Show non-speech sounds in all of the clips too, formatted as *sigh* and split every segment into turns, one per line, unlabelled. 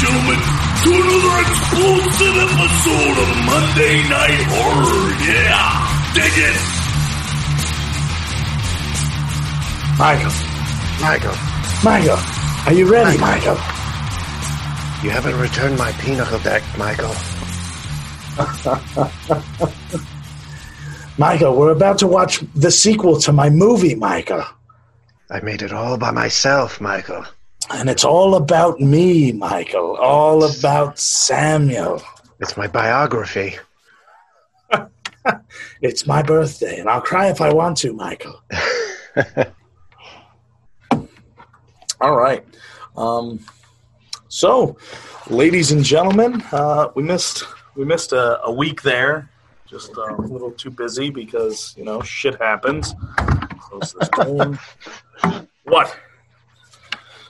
gentlemen, to another explosive episode of Monday Night Horror. Yeah, dig it.
Michael,
Michael,
Michael, are you ready, Michael?
you haven't returned my pinochle deck, Michael.
Michael, we're about to watch the sequel to my movie, Michael.
I made it all by myself, Michael.
And it's all about me, Michael. All about Samuel.
It's my biography.
It's my birthday, and I'll cry if I want to, Michael. All right. Um, so, ladies and gentlemen, uh, we missed we missed a, a week there. Just uh, a little too busy because you know shit happens. Close this door. what?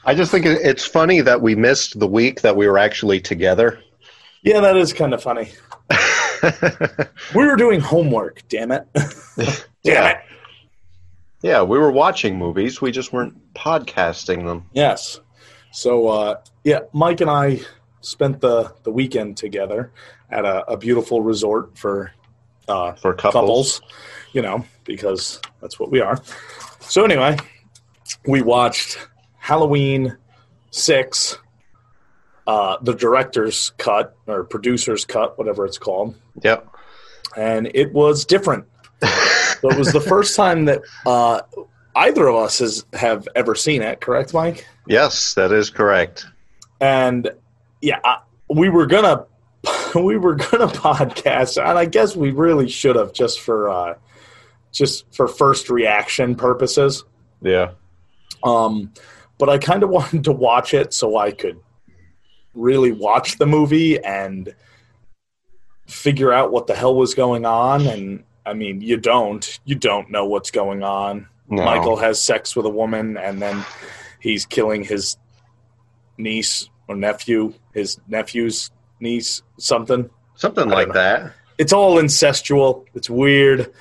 I just think it- it's funny that we missed the week that we were actually together.
Yeah, that is kind of funny. We were doing homework. Damn it! damn it!
yeah, we were watching movies, we just weren't podcasting them.
Yes. So uh, yeah, Mike and I spent the, the weekend together at a, a beautiful resort for uh,
For couples.
couples, you know, because that's what we are. So anyway, we watched Halloween six, uh, the director's cut or producer's cut, whatever it's called,
Yep.
and it was different. so it was the first time that uh, either of us has have ever seen it. Correct, Mike?
Yes, that is correct.
and yeah I, we were gonna *laughs* we were gonna *laughs* podcast and i guess we really should have just for uh just for first reaction purposes
Yeah.
um but i kind of *laughs* wanted to watch it so i could really watch the movie and figure out what the hell was going on and i mean you don't you don't know what's going on
No.
Michael has sex with a woman and then he's killing his niece or nephew, his nephew's niece, something.
Something
I
like
don't
that.
It's all incestual. It's weird,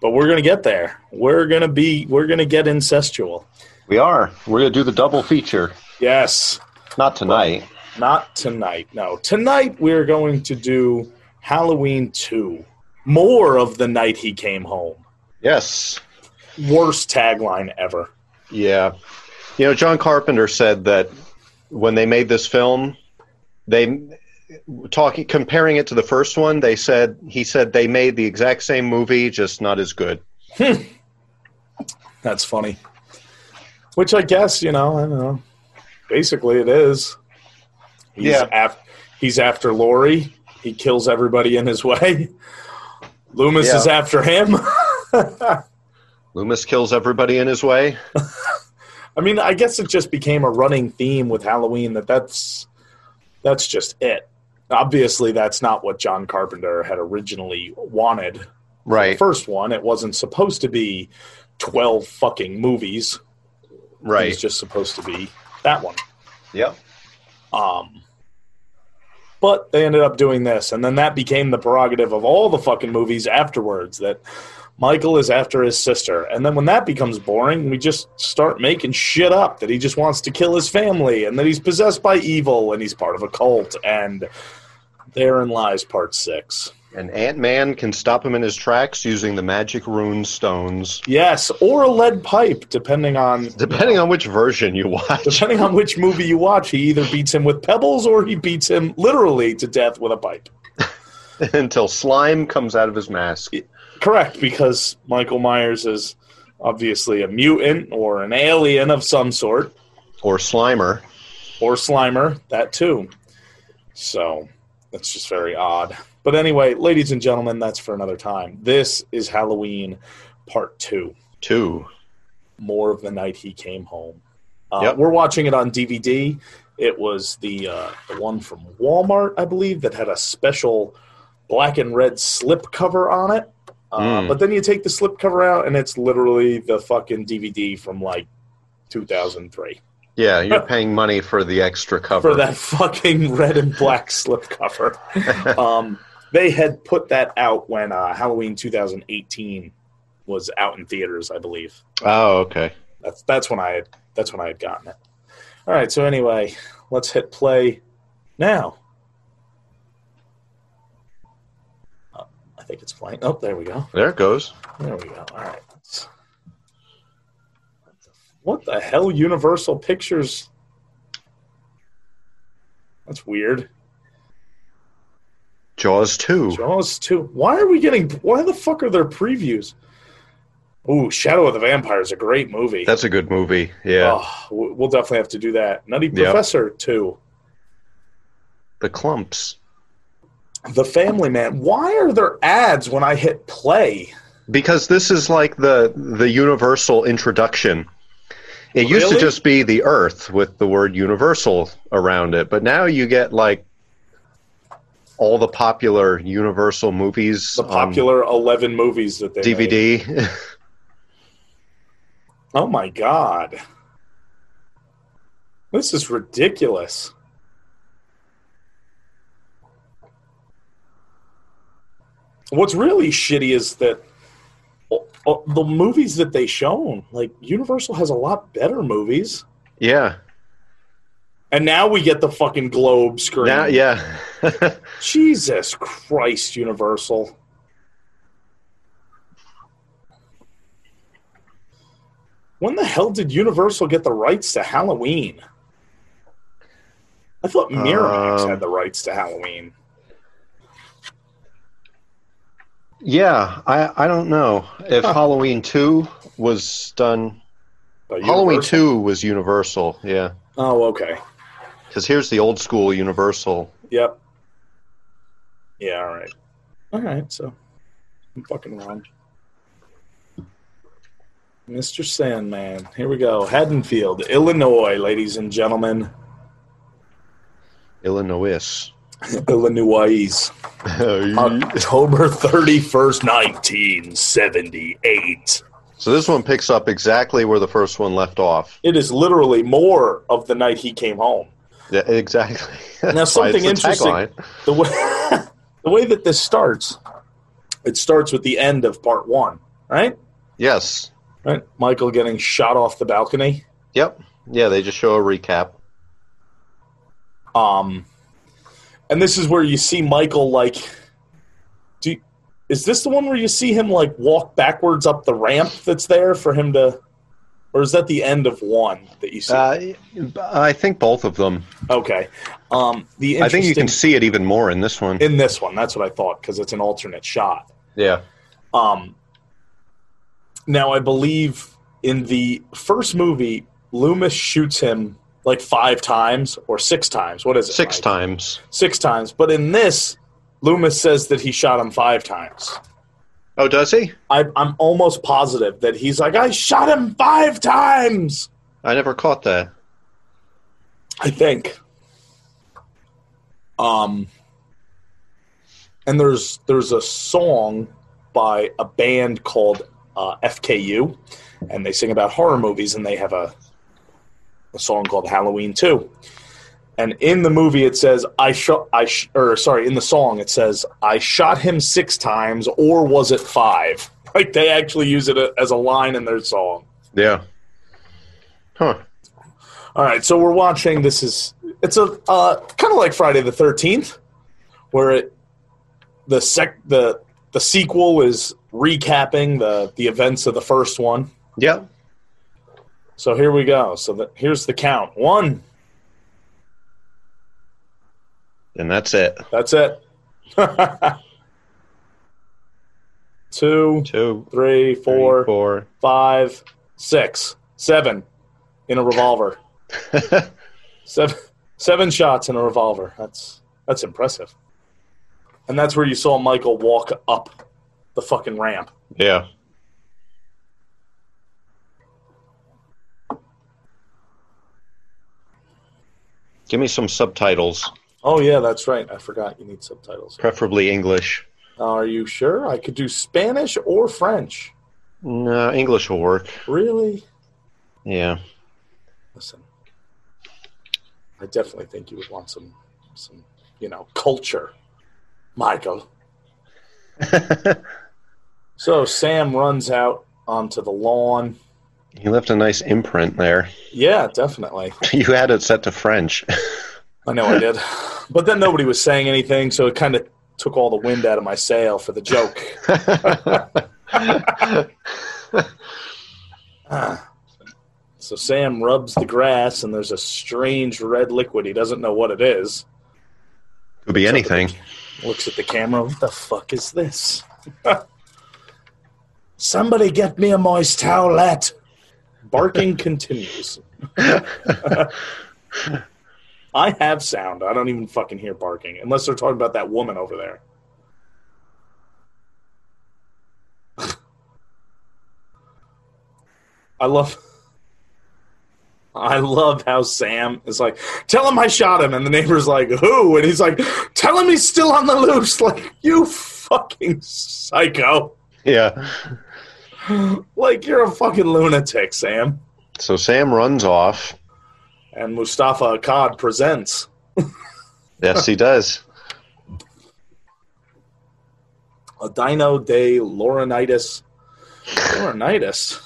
but we're going to get there. We're going to be we're going to get incestual.
We are. We're going to do the double feature.
Yes,
Not tonight.
not tonight. No. Tonight we're going to do Halloween 2. More of the night he came home.
Yes.
Worst tagline ever.
Yeah. You know, John Carpenter said that when they made this film, they talking comparing it to the first one, they said he said they made the exact same movie, just not as good.
That's funny. Which I guess you know, I don't know. Basically, it is. He's
Yeah.
Af- he's after Lori. He kills everybody in his *laughs* way. Loomis
Yeah.
is after him. *laughs*
Loomis kills everybody in his way.
I mean, I guess it just became a running theme with Halloween that that's that's just it. Obviously, that's not what John Carpenter had originally wanted.
Right.
First one, it wasn't supposed to be twelve fucking movies. It was
Right.
just supposed to be that one.
Yep.
Um, but they ended up doing this, and then that became the prerogative of all the fucking movies afterwards. That Michael is after his sister, and then when that becomes boring, we just start making shit up that he just wants to kill his family, and that he's possessed by evil, and he's part of a cult, and therein lies part six.
And Ant Man can stop him in his tracks using the magic rune stones.
Yes, or a lead pipe, depending on
Depending on which version
*laughs*
you watch.
depending on which movie you watch. He either beats him with pebbles, or he beats him literally to death with a pipe.
until slime comes out of his mask.
Correct, because Michael Myers is obviously a mutant or an alien of some sort,
Or Slimer.
or Slimer, that too. So that's just very odd. But anyway, ladies and gentlemen, that's for another time. This is Halloween Part 2
Two.
More of the Night He Came Home. Uh,
Yep.
We're watching it on DVD. It was the, uh, the one from Walmart, I believe, that had a special black and red slip cover on it. Uh,
Mm.
But then you take the slip cover out, and it's literally the fucking DVD from like 2003
Yeah, you're
*laughs*
paying money for the extra cover.
for that *laughs* fucking red and black slip cover. um, they had put that out when uh, Halloween 2018 was out in theaters, I believe.
Oh, okay.
That's that's when I had that's when I had gotten it. All right, so anyway, let's hit play Now, Uh, I think it's playing. Oh, there we go.
There it goes.
There we go. All right. Let's- What the hell, Universal Pictures? That's weird.
Jaws 2.
Jaws 2. Why are we getting. Why the fuck are there previews? Ooh, Shadow of the Vampire is a great movie.
That's a good movie. Yeah.
Oh, we- we'll definitely have to do that. Nutty
Yeah.
Professor 2.
The clumps.
The Family Man. Why are there ads when I hit play?
Because this is like the the universal introduction. It used to
Really?
just be the earth with the word universal around it, but now you get like all the popular universal movies
The popular 11 movies that they
on
made.
DVD.
Oh my god. This is ridiculous. What's really shitty is that o- o- the movies that they shown, like Universal has a lot better movies.
*laughs* yeah.
And now we get the fucking globe screen.
Now yeah. *laughs*
Jesus Christ, Universal. When the hell did Universal get the rights to Halloween? I thought Miramax
Um,
had the rights to Halloween.
yeah, I I don't know if
Huh.
Halloween 2 was done
but
Halloween
Universal-
2 was universal, yeah.
Oh, okay.
Cuz here's the old school universal.
Yep. Yeah, all right. All right, so I'm fucking wrong. Mr. Sandman. Here we go. Haddonfield, Illinois, ladies and gentlemen. *laughs*
Illinois.
Illinois. October 31st, 1978.
So this one picks up exactly where the first one left off.
It is literally more of the night he came home.
Yeah, exactly. *laughs* That's why it's
something
the
interesting-
tagline.
The way, *laughs* the way that this starts, it starts with the end of part one, right?
Yes.
Right? Michael getting shot off the balcony.
Yep. Yeah, they just show a recap.
Um, and this is where you see Michael like. Do is this the one where you see him like walk backwards up the ramp that's there for him to, or is that the end of one that you see?
Uh, I think both of them.
okay, um, the
I think you
interesting
can see it even more in this one.
in this one. That's what I thought because it's an alternate shot.
yeah.
Um, now I believe in the first movie, Loomis shoots him like five times or six times. What is it?
Six
Mike?
times.
six times. But in this, Loomis says that he shot him five times.
Oh, does he?
I, I'm almost positive that he's like, I shot him five times.
I never caught that.
I think. Um, and there's there's a song by a band called uh, FKU, and they sing about horror movies, and they have a a song called Halloween Two. And in the movie, it says I shot I sh- or sorry, in the song it says I shot him six times, or was it five? *laughs* Like they actually use it a- as a line in their song.
Yeah. Huh.
All right, so we're watching. This is it's a uh, kind of like Friday the Thirteenth, where it the sec the the sequel is recapping the the events of the first one.
Yep.
So here we go. So the, here's the count. One.
And that's it.
That's it. *laughs* Two,
Two,
three,
three,
four,
four.
five, six, seven in a revolver. Seven, seven shots in a revolver. That's that's impressive. And that's where you saw Michael walk up the fucking ramp.
yeah. Give me some subtitles.
Oh yeah, that's right. I forgot you need subtitles.
preferably English.
Are you sure? I could do Spanish or French.
No, English will work.
Really?
*laughs* Yeah.
Listen. I definitely think you would want some some, you know, culture. Michael. So Sam runs out onto the lawn.
you left a nice imprint there. *laughs*
Yeah, definitely.
You had it set to French. *laughs*
I know I did. But then nobody was saying anything, so it kind of took all the wind out of my sail for the joke. Ah. so Sam rubs the grass, and there's a strange red liquid. He doesn't know what it is.
Could be anything.
Looks at the camera. What the fuck is this? Somebody get me a moist towelette. Barking continues. I have sound. I don't even fucking hear barking unless they're talking about that woman over there. I love I love how Sam is like, tell him I shot him, and the neighbor's like, who? And he's like, tell him he's still on the loose. *laughs* Like, you fucking psycho.
Yeah.
Like, you're a fucking lunatic, Sam.
So Sam runs off.
And Mustafa Akkad presents.
Yes, he does.
a Dino de Laurinaitis. Laurinaitis.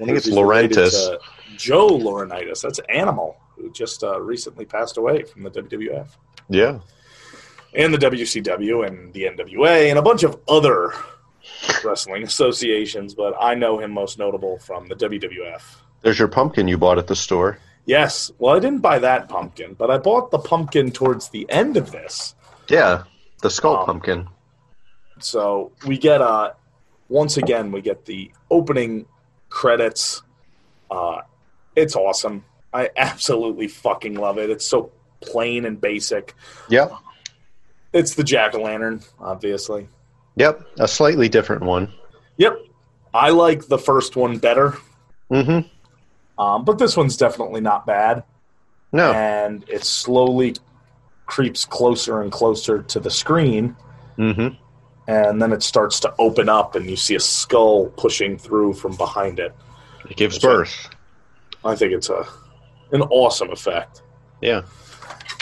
I think it's Laurentis.
Joe Laurinaitis. That's Animal, who just uh, recently passed away from the WWF
Yeah.
and the WCW and the NWA and a bunch of other wrestling associations, but I know him most notable from the WWF.
There's your pumpkin you bought at the store.
Yes, well, I didn't buy that pumpkin, but I bought the pumpkin towards the end of this.
Yeah. The skull
Wow.
pumpkin.
So we get uh once again we get the opening credits. Uh it's awesome. I absolutely fucking love it. It's so plain and basic.
Yep.
It's the jack o' lantern, obviously.
Yep. A slightly different one.
Yep. I like the first one better.
Mm-hmm.
Um, but this one's definitely not bad.
No.
And it slowly creeps closer and closer to the screen.
Mm-hmm.
And then it starts to open up, and you see a skull pushing through from behind it.
It gives
That's right.
birth.
I think it's a an awesome effect.
Yeah.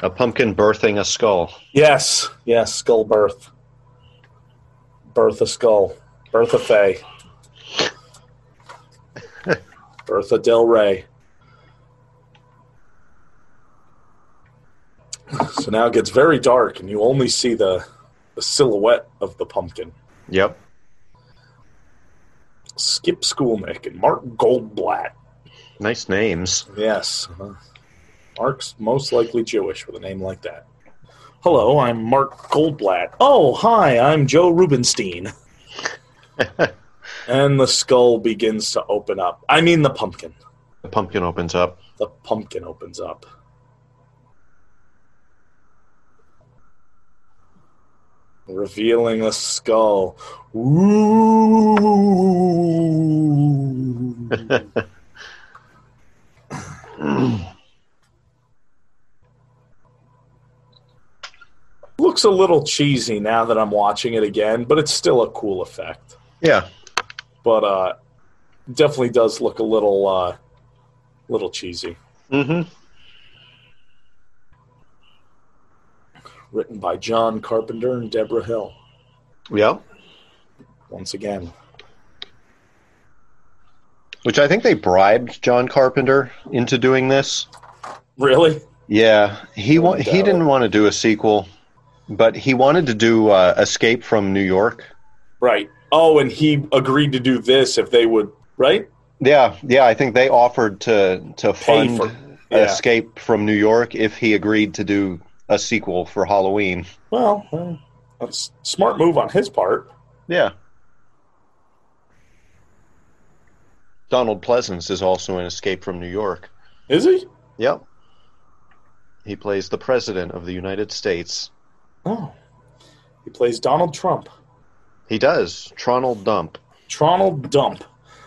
A pumpkin birthing a skull.
Yes, yes, skull birth. Bertha Skull. Bertha Fay. Bertha Del Rey. So now it gets very dark and you only see the, the silhouette of the pumpkin.
Yep.
Skip Schoolnick and Mark Goldblatt.
Nice names.
Yes. uh-huh. Mark's most likely Jewish with a name like that. Hello, I'm Mark Goldblatt. Oh, hi, I'm Joe Rubinstein. and the skull begins to open up. I mean, the pumpkin.
The pumpkin opens up.
The pumpkin opens up. Revealing a skull. Ooh. *clears throat* Looks a little cheesy now that I'm watching it again, but it's still a cool effect.
Yeah.
But uh, definitely does look a little, uh, little cheesy.
Mm-hmm.
written by John Carpenter and Deborah Hill.
Yep.
Once again,
Which I think they bribed John Carpenter into doing this.
really?
Yeah, he wa-
Wouldn't
he
doubt
didn't want to do a sequel, but he wanted to do uh, Escape from New York.
Right. Oh, and he agreed to do this if they would. Right.
Yeah, yeah, I think they offered to to
Pay
fund
for- yeah.
Escape from New York if he agreed to do a sequel for Halloween.
Well, well, that's a smart move on his part.
Yeah. Donald Pleasance is also in Escape from New York.
Is he?
Yep. He plays the president of the United States.
Oh, he plays Donald Trump.
He does. Tronald Dump.
Tronald Dump,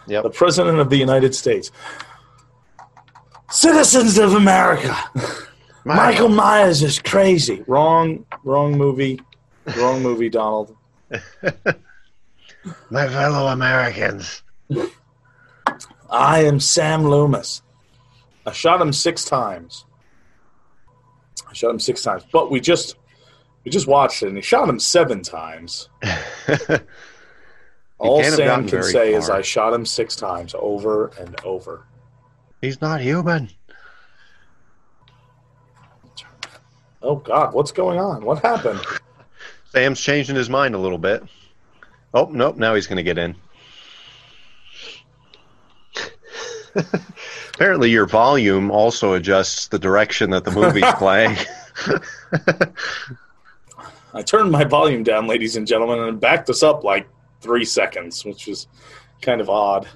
Yep.
the president of the United States. Citizens of America, Michael Myers is crazy. Wrong, wrong movie, wrong movie, Donald.
My fellow Americans.
I am Sam Loomis. I shot him six times. I shot him six times, but we just we just watched it, and he shot him seven times. All
can't have
Sam
gotten
can
very
say is,
far.
"I shot him six times, over and over."
He's not human.
Oh God, what's going on? What happened?
Sam's changing his mind a little bit. Oh nope, now he's going to get *laughs* in. Apparently, your volume also adjusts the direction that the *laughs* movie's playing.
I turned my volume down, ladies and gentlemen, and backed us up like three seconds, which was kind of odd.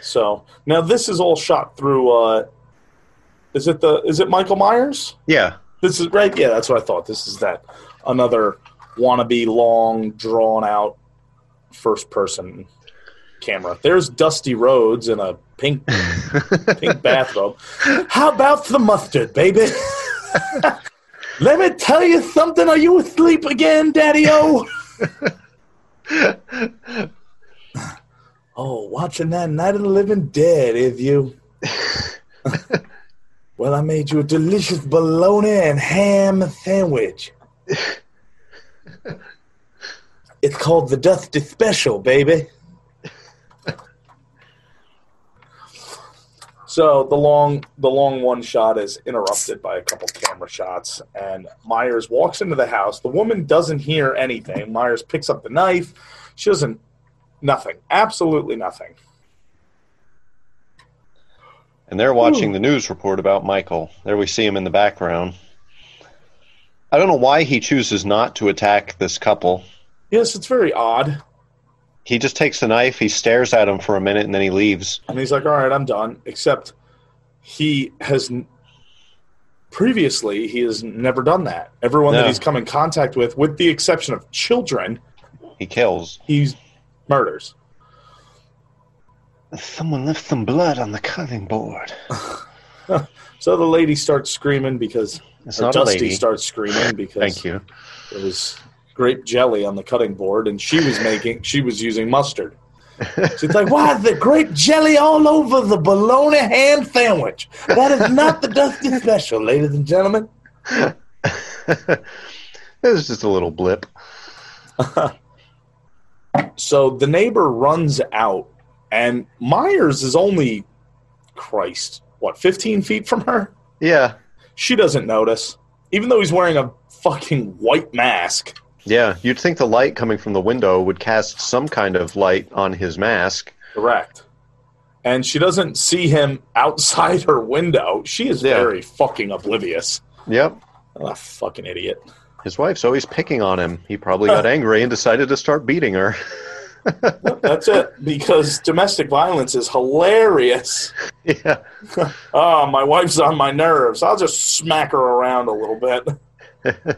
So now this is all shot through. Uh, is it the? Is it Michael Myers?
yeah,
This is right. Yeah, that's what I thought. This is that another wannabe long, drawn out first person camera. There's Dusty Rhodes in a pink pink bathrobe. How about the mustard, baby? Let me tell you something. Are you asleep again, Daddy O? oh, watching that Night of the Living Dead, if you. well, I made you a delicious bologna and ham sandwich. it's called the Dusty Special, baby. So the long the long one shot is interrupted by a couple camera shots, and Myers walks into the house. The woman doesn't hear anything. Myers picks up the knife. She doesn't nothing. Absolutely nothing.
and they're watching the news report about Michael. There we see him in the background. I don't know why he chooses not to attack this couple.
Yes, it's very odd.
He just takes the knife, he stares at him for a minute, and then he leaves.
And he's like, "All right, I'm done." Except he has n- previously he has never done that. Everyone that
No.
he's come in contact with, with the exception of children,
He kills.
he's murders.
Someone left some blood on the cutting board.
So the lady starts screaming because
It's
or
not a
Dusty
lady.
starts
*laughs*
screaming because
Thank you.
It was grape jelly on the cutting board, and she was making she was using
*laughs*
mustard. She's like, "Why is the grape jelly all over the bologna ham sandwich? That is not the Dusty Special, ladies and gentlemen."
It was just a little blip.
So the neighbor runs out, and Myers is only Christ, what, fifteen feet from her?
Yeah,
She doesn't notice, even though he's wearing a fucking white mask.
yeah. You'd think the light coming from the window would cast some kind of light on his mask.
Correct. And she doesn't see him outside her window. She is
Yeah.
very fucking oblivious.
Yep.
I'm a fucking idiot.
His wife's always picking on him. He probably *laughs* got angry and decided to start beating her. *laughs*
That's it. Because domestic violence is hilarious.
yeah.
Oh, my wife's on my nerves. I'll just smack her around a little bit.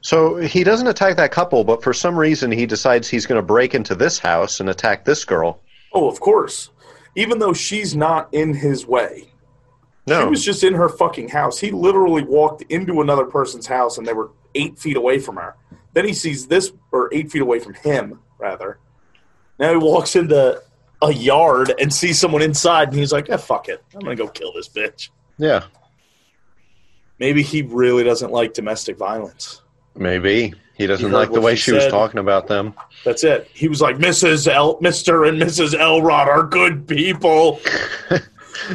So he doesn't attack that couple, but for some reason he decides he's going to break into this house and attack this girl.
Oh, of course. Even though she's not in his way. She
No.
was just in her fucking house. He literally walked into another person's house and they were eight feet away from her. Then he sees this, or eight feet away from him, rather. Now he walks into a yard and sees someone inside and he's like, eh, fuck it. I'm going to go kill this bitch.
yeah.
Maybe he really doesn't like domestic violence.
Maybe. He
He
doesn't
heard
like the
what
way
she
she, was
said.
talking about them.
That's it. He was like, Mrs. El, Mr. and Mrs. Elrod are good people.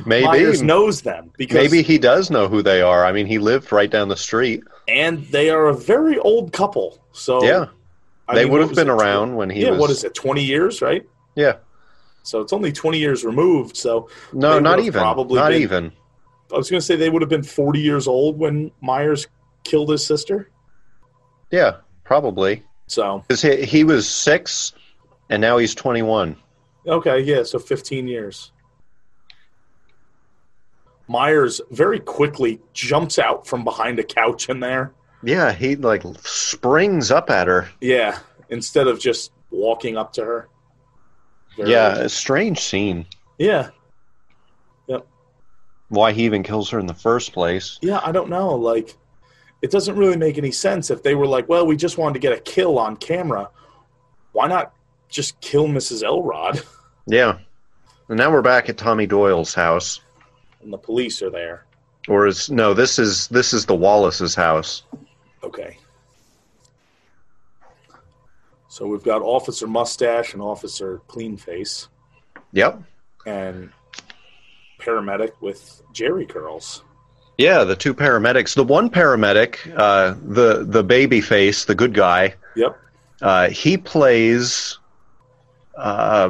Maybe.
Myers knows them because
Maybe he does know who they are. I mean, he lived right down the street.
and they are a very old couple. So
yeah,
Oh, I
they
mean,
would
what
have
was
been
it, tw-
around when he
yeah,
was.
what is it? Twenty years, right?
Yeah,
So it's only twenty years removed. So They
no,
would
not
have
even.
probably
Not
been-
even.
I was going to say they would have been forty years old when Myers killed his sister.
Yeah, probably
So
because he, he was six, and now he's twenty-one.
okay, yeah, so fifteen years. Myers very quickly jumps out from behind a couch in there.
Yeah, he like springs up at her.
Yeah, instead of just walking up to her. Very-
Yeah, a strange scene.
Yeah.
Why he even kills her in the first place?
Yeah, I don't know. Like, it doesn't really make any sense if they were like, well, we just wanted to get a kill on camera. Why not just kill Mrs. Elrod? *laughs*
Yeah, and now we're back at Tommy Doyle's house,
And the police are there.
or is no? This is this is the Wallace's house.
Okay. So we've got Officer Mustache and Officer Clean Face.
Yep.
And paramedic with Jerry curls.
Yeah, the two paramedics. The one paramedic, uh, the the baby face, the good guy,
Yep.
uh, he plays uh,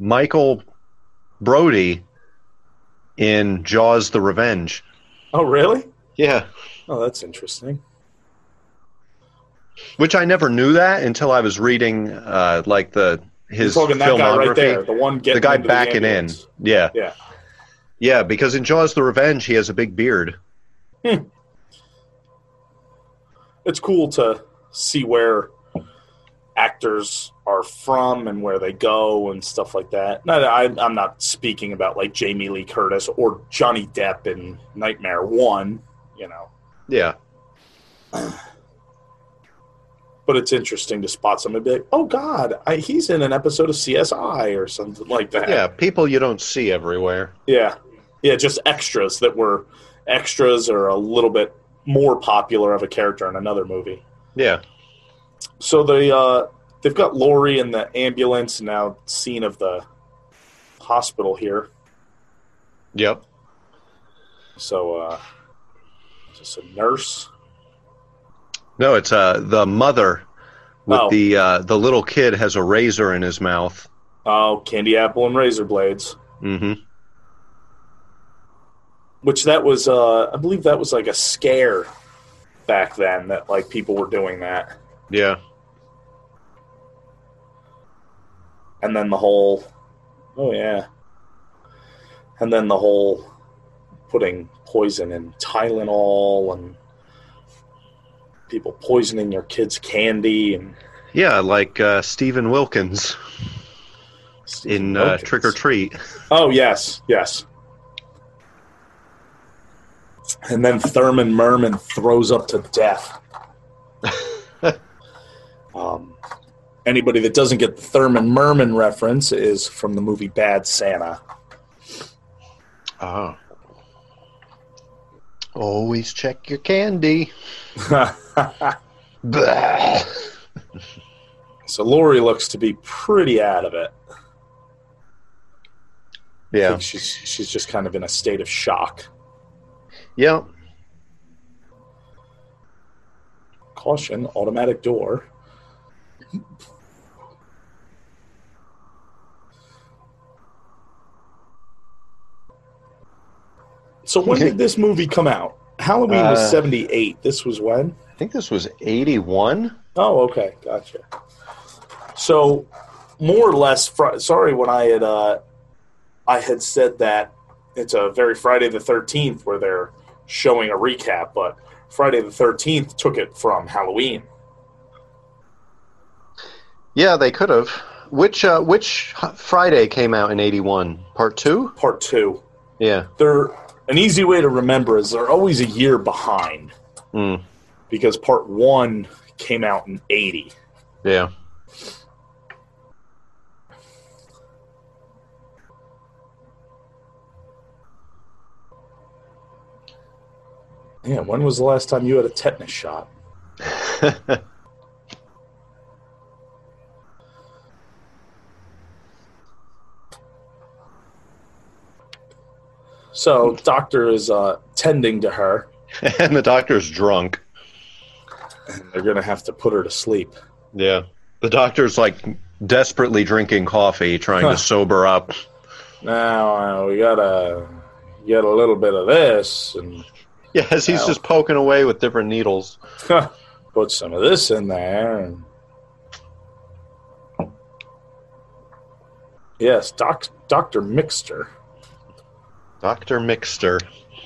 Michael Brody in Jaws: The Revenge.
Oh, really?
Yeah,
Oh, that's interesting.
which I never knew that until I was reading uh, like the his
He's talking that guy right
filmography.
there, the one getting
the guy
into the
backing in.
ambulance.
Yeah,
Yeah.
yeah, because in Jaws: The Revenge, he has a big beard.
it's cool to see where actors are from and where they go and stuff like that. Not, I, I'm not speaking about like Jamie Lee Curtis or Johnny Depp in Nightmare One, you know.
Yeah,
But it's interesting to spot somebody and be like, "Oh God, I, he's in an episode of CSI or something like that."
yeah, people you don't see everywhere.
yeah, yeah. Just extras that were extras or a little bit more popular of a character in another movie.
Yeah,
So they uh, they've got Lori in the ambulance now, scene of the hospital here.
yep.
So uh, just a nurse.
No, it's uh the mother with
Oh.
the uh, the little kid has a razor in his mouth.
Oh, candy apple and razor blades.
hmm
Which that was, uh, I believe that was like a scare back then that like people were doing that,
Yeah,
and then the whole, oh yeah, and then the whole putting poison in Tylenol and people poisoning their kids' candy and
yeah, like uh, Stephen Wilkins in uh,
Wilkins.
Trick or Treat.
Oh yes, yes. And then Thurman Merman throws up to
*laughs*
death. um, anybody that doesn't get the Thurman Merman reference is from the movie Bad
*laughs*
Santa.
Oh. Always check your candy. Blah.
so Lori looks to be pretty out of it. I
Yeah,
think she's she's just kind of in a state of shock.
yeah.
Caution, automatic door. So when did this movie come out? Halloween
Uh,
was 78. This was when?
I think this was eighty-one.
Oh, okay. Gotcha. So more or less fr- sorry when I had uh I had said that it's a very Friday the 13th where they're showing a recap, but Friday the 13th took it from Halloween.
Yeah, they could have. Which uh, which Friday came out in eighty-one? Part two.
Part 2.
Yeah.
they're an easy way to remember is they're always a year behind
Mm.
because part one came out in 80
Yeah. *laughs*
yeah when was the last time you had a tetanus shot *laughs* so doctor is uh, tending to her
and the doctor's drunk.
and they're gonna have to put her to sleep
Yeah. The doctor's like desperately drinking coffee, trying
Huh.
to sober up. *laughs*
now uh, we gotta get a little bit of this and
Yeah, as he's
Wow.
just poking away with different needles.
put some of this in there. And... Yes, doc, Dr. Mixter.
Dr. Mixter.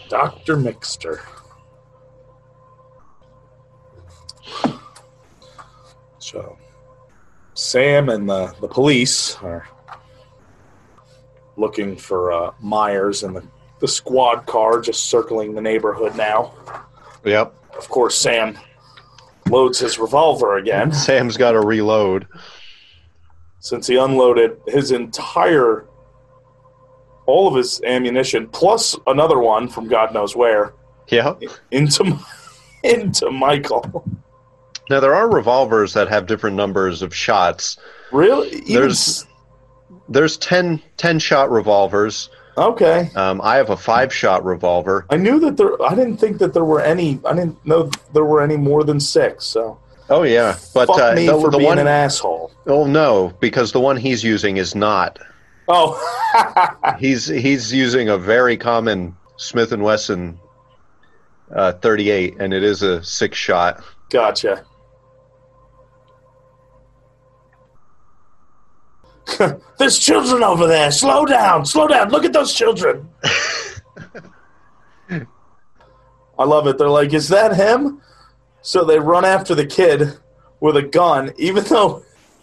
Dr. Mixter. So, Sam and the, the police are looking for uh, Myers and the, the squad car just circling the neighborhood now.
Yep.
Of course, Sam loads his revolver again.
*laughs* Sam's got to reload.
since he unloaded his entire all of his ammunition plus another one from God knows where
Yep.
into *laughs* into Michael.
Now, there are revolvers that have different numbers of shots.
Really? Even
There's-
s-
There's 10, 10 shot revolvers,
Okay.
Um, I have a five shot revolver.
I knew that there. I didn't think that there were any. I didn't know there were any more than six. So
Oh yeah, but
fuck
uh,
me
the,
for
the
being
one
an asshole.
oh no, because the one he's using is not.
Oh, *laughs*
He's he's using a very common Smith and Wesson uh, 38, and it is a six shot.
gotcha. *laughs* There's children over there. Slow down. Slow down. Look at those children. I love it. They're like, is that him? So they run after the kid with a gun, even *laughs* though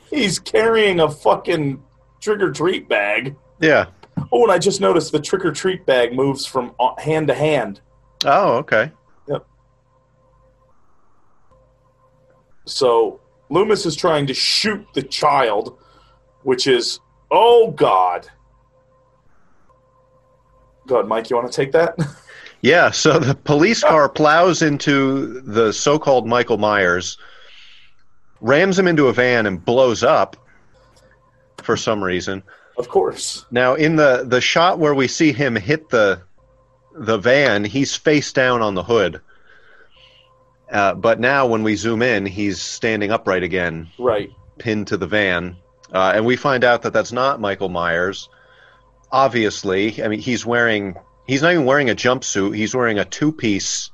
he's carrying a fucking trick or treat bag.
Yeah.
Oh, and I just noticed the trick or treat bag moves from uh, hand to hand.
Oh okay.
So Loomis is trying to shoot the child, which is oh god. God, Mike, you want to take that? *laughs*
Yeah. So the police car plows into the so-called Michael Myers, rams him into a van, and blows up for some reason.
of course.
Now, in the the shot where we see him hit the the van, he's face down on the hood. Uh, but now, when we zoom in, he's standing upright again,
Right.
pinned to the van, uh, and we find out that that's not Michael Myers. Obviously, I mean, he's wearing he's not even wearing a jumpsuit. He's wearing a two piece,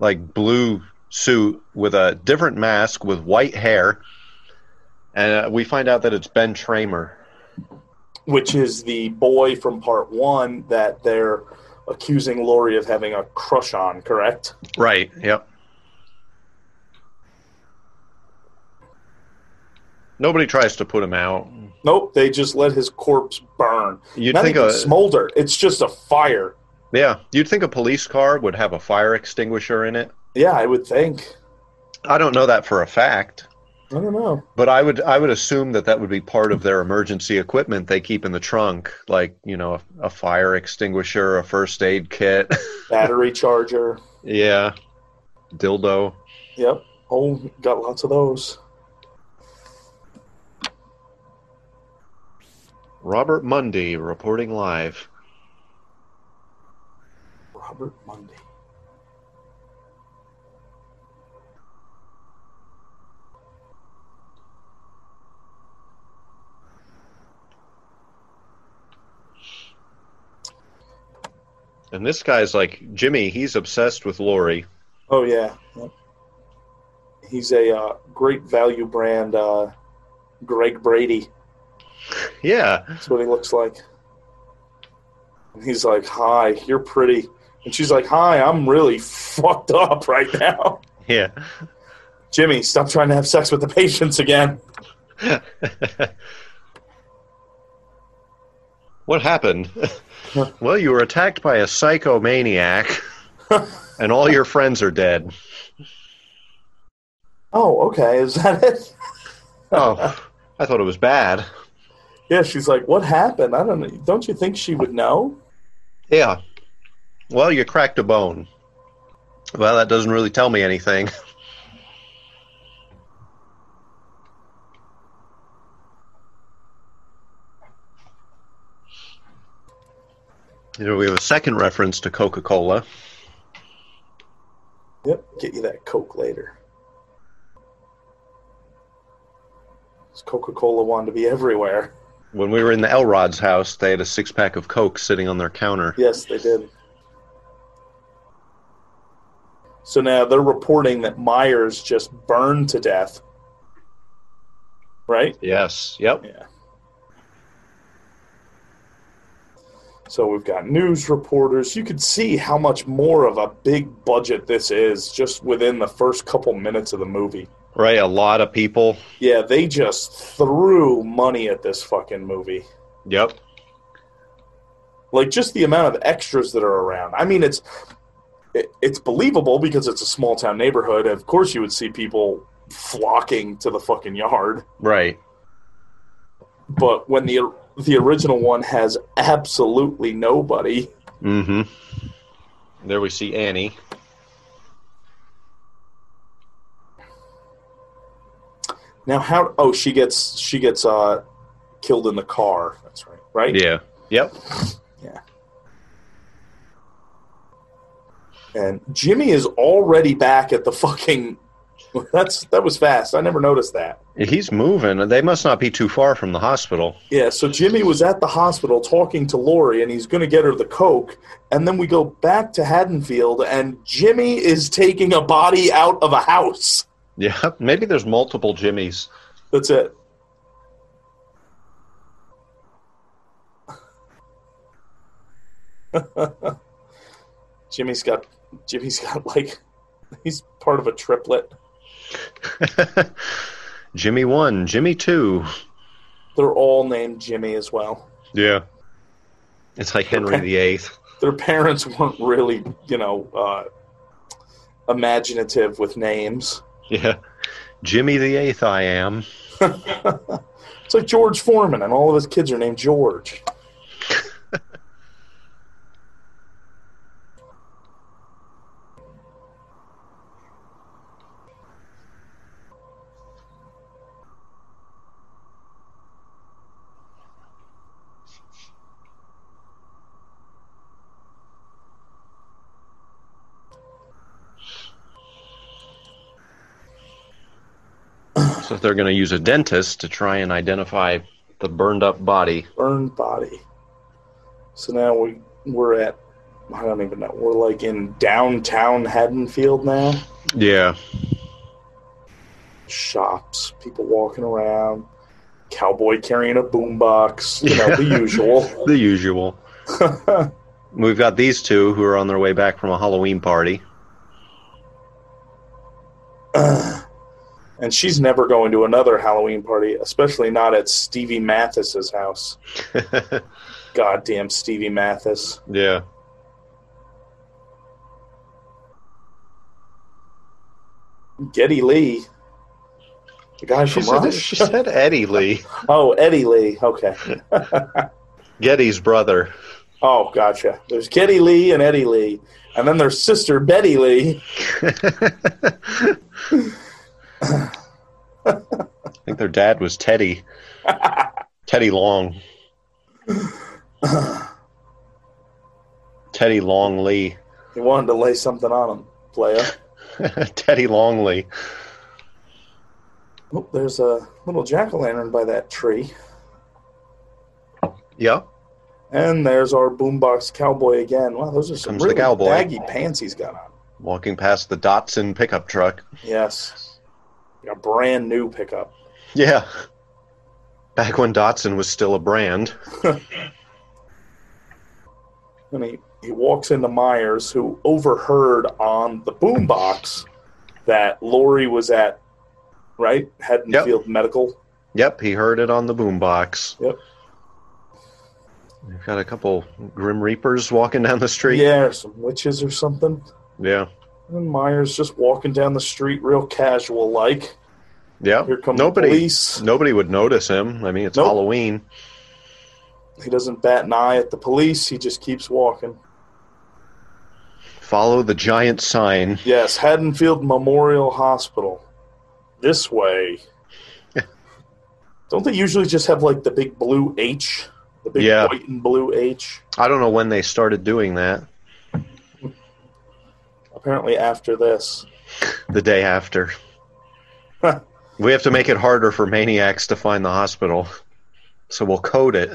like blue suit with a different mask with white hair, and uh, we find out that it's Ben Tramer.
Which is the boy from part one that they're accusing Lori of having a crush on, correct?
Right. Yep. Nobody tries to put him out.
Nope, they just let his corpse burn.
You'd
Not
think
even
a
smolder. It's just a fire.
yeah. You'd think a police car would have a fire extinguisher in it.
Yeah, I would think.
I don't know that for a fact,
I don't know.
but I would I would assume that that would be part of their emergency equipment they keep in the trunk, like you know a, a fire extinguisher, a first aid kit. *laughs*
Battery charger.
yeah, dildo.
Yep. Oh, got lots of those.
Robert Mundy reporting live.
Robert Mundy.
And this guy's like Jimmy. He's obsessed with Lori. *laughs*
Oh yeah, Yep. he's a uh, great value brand. Uh, Greg Brady.
Yeah.
That's what he looks like. And he's like, "Hi, you're pretty," and she's like, "Hi, I'm really fucked up right now."
Yeah. *laughs*
Jimmy, stop trying to have sex with the patients again.
what happened? *laughs* well, you were attacked by a psychomaniac, and all your friends are dead.
Oh, okay, is that it?
Oh, I thought it was bad.
Yeah, she's like, "What happened?" I don't. know. Don't you think she would know?
Yeah. Well, you cracked a bone. Well, that doesn't really tell me anything. *laughs* You know, we have a second reference to Coca Cola.
Yep, get you that Coke later. 'Cause Coca-Cola wanted to be everywhere. *laughs*
When we were in the Elrod's house, they had a six pack of Coke sitting on their counter.
Yes, they did. So now they're reporting that Myers just burned to death. Right?
Yes. Yep.
Yeah. So we've got news reporters. You could see how much more of a big budget this is just within the first couple minutes of the movie.
Right. A lot of people.
Yeah, they just threw money at this fucking movie.
Yep.
Like just the amount of extras that are around. I mean, it's it, it's believable because it's a small town neighborhood. Of course, you would see people flocking to the fucking yard.
Right.
But when the the original one has absolutely nobody,
Mm hmm. There we see Annie.
now how? Oh, she gets she gets uh killed in the car. That's right. Right.
Yeah. Yep.
Yeah. And Jimmy is already back at the fucking. *laughs* That's that was fast. I never noticed that.
He's moving. They must not be too far from the hospital. *laughs*
Yeah, so Jimmy was at the hospital talking to Lori, and he's going to get her the coke. And then we go back to Haddonfield, and Jimmy is taking a body out of a house.
Yeah, maybe there's multiple Jimmys.
That's it. *laughs* Jimmy's got Jimmy's got like he's part of a triplet.
*laughs* Jimmy one, Jimmy two.
They're all named Jimmy as well.
Yeah, it's like Henry
Okay.
the Eighth. *laughs*
Their parents weren't really, you know, uh, imaginative with names.
Yeah, Jimmy the Eighth. I am.
It's like George Foreman, and all of his kids are named George.
So they're going to use a dentist to try and identify the burned up body.
Burned body. So now we we're at I don't even know. We're like in downtown Haddonfield now.
Yeah,
Shops, people walking around, cowboy carrying a boombox, you know, the usual. *laughs*
the usual. We've got these two who are on their way back from a Halloween party. *laughs*
and she's never going to another Halloween party, especially not at Stevie Mathis's house. Goddamn Stevie Mathis.
yeah.
Getty Lee. The guy
She
from
said,
Rush.
she said Eddie Lee,
Oh, Eddie Lee. Okay.
Getty's brother.
Oh, gotcha. There's Getty Lee and Eddie Lee. And then their sister, Betty Lee. *laughs*
I think their dad was Teddy. Teddy Long. Teddy Long Lee.
He wanted to lay something on him, playa.
*laughs* Teddy Long Lee.
Oh, there's a little jack o' lantern by that tree.
Yeah.
And there's our boombox cowboy again. Wow, those are some
Comes the
really
cowboy.
baggy pants he's got on.
Walking past the Datsun pickup truck.
Yes. A brand new pickup.
Yeah. Back when Datsun was still a brand.
And he, he walks into Myers, who overheard on the boombox that Lori was at, right? Haddonfield Medical.
Yep, he heard it on the boombox.
Yep.
We've got a couple Grim Reapers walking down the street.
Yeah, or some witches or something.
Yeah.
And Myers just walking down the street real casual like.
Yeah.
Here come
Nobody.
the police.
Nobody would notice him. I mean, it's
Nope.
Halloween.
He doesn't bat an eye at the police. He just keeps walking.
Follow the giant sign.
Yes, Haddonfield Memorial Hospital. This
*laughs*
way. Don't they usually just have like the big blue H? The big
Yeah.
white and blue H?
I don't know when they started doing that.
Apparently, after this.
The day
*laughs*
after.
Huh.
we have to make it harder for maniacs to find the hospital. So we'll code it.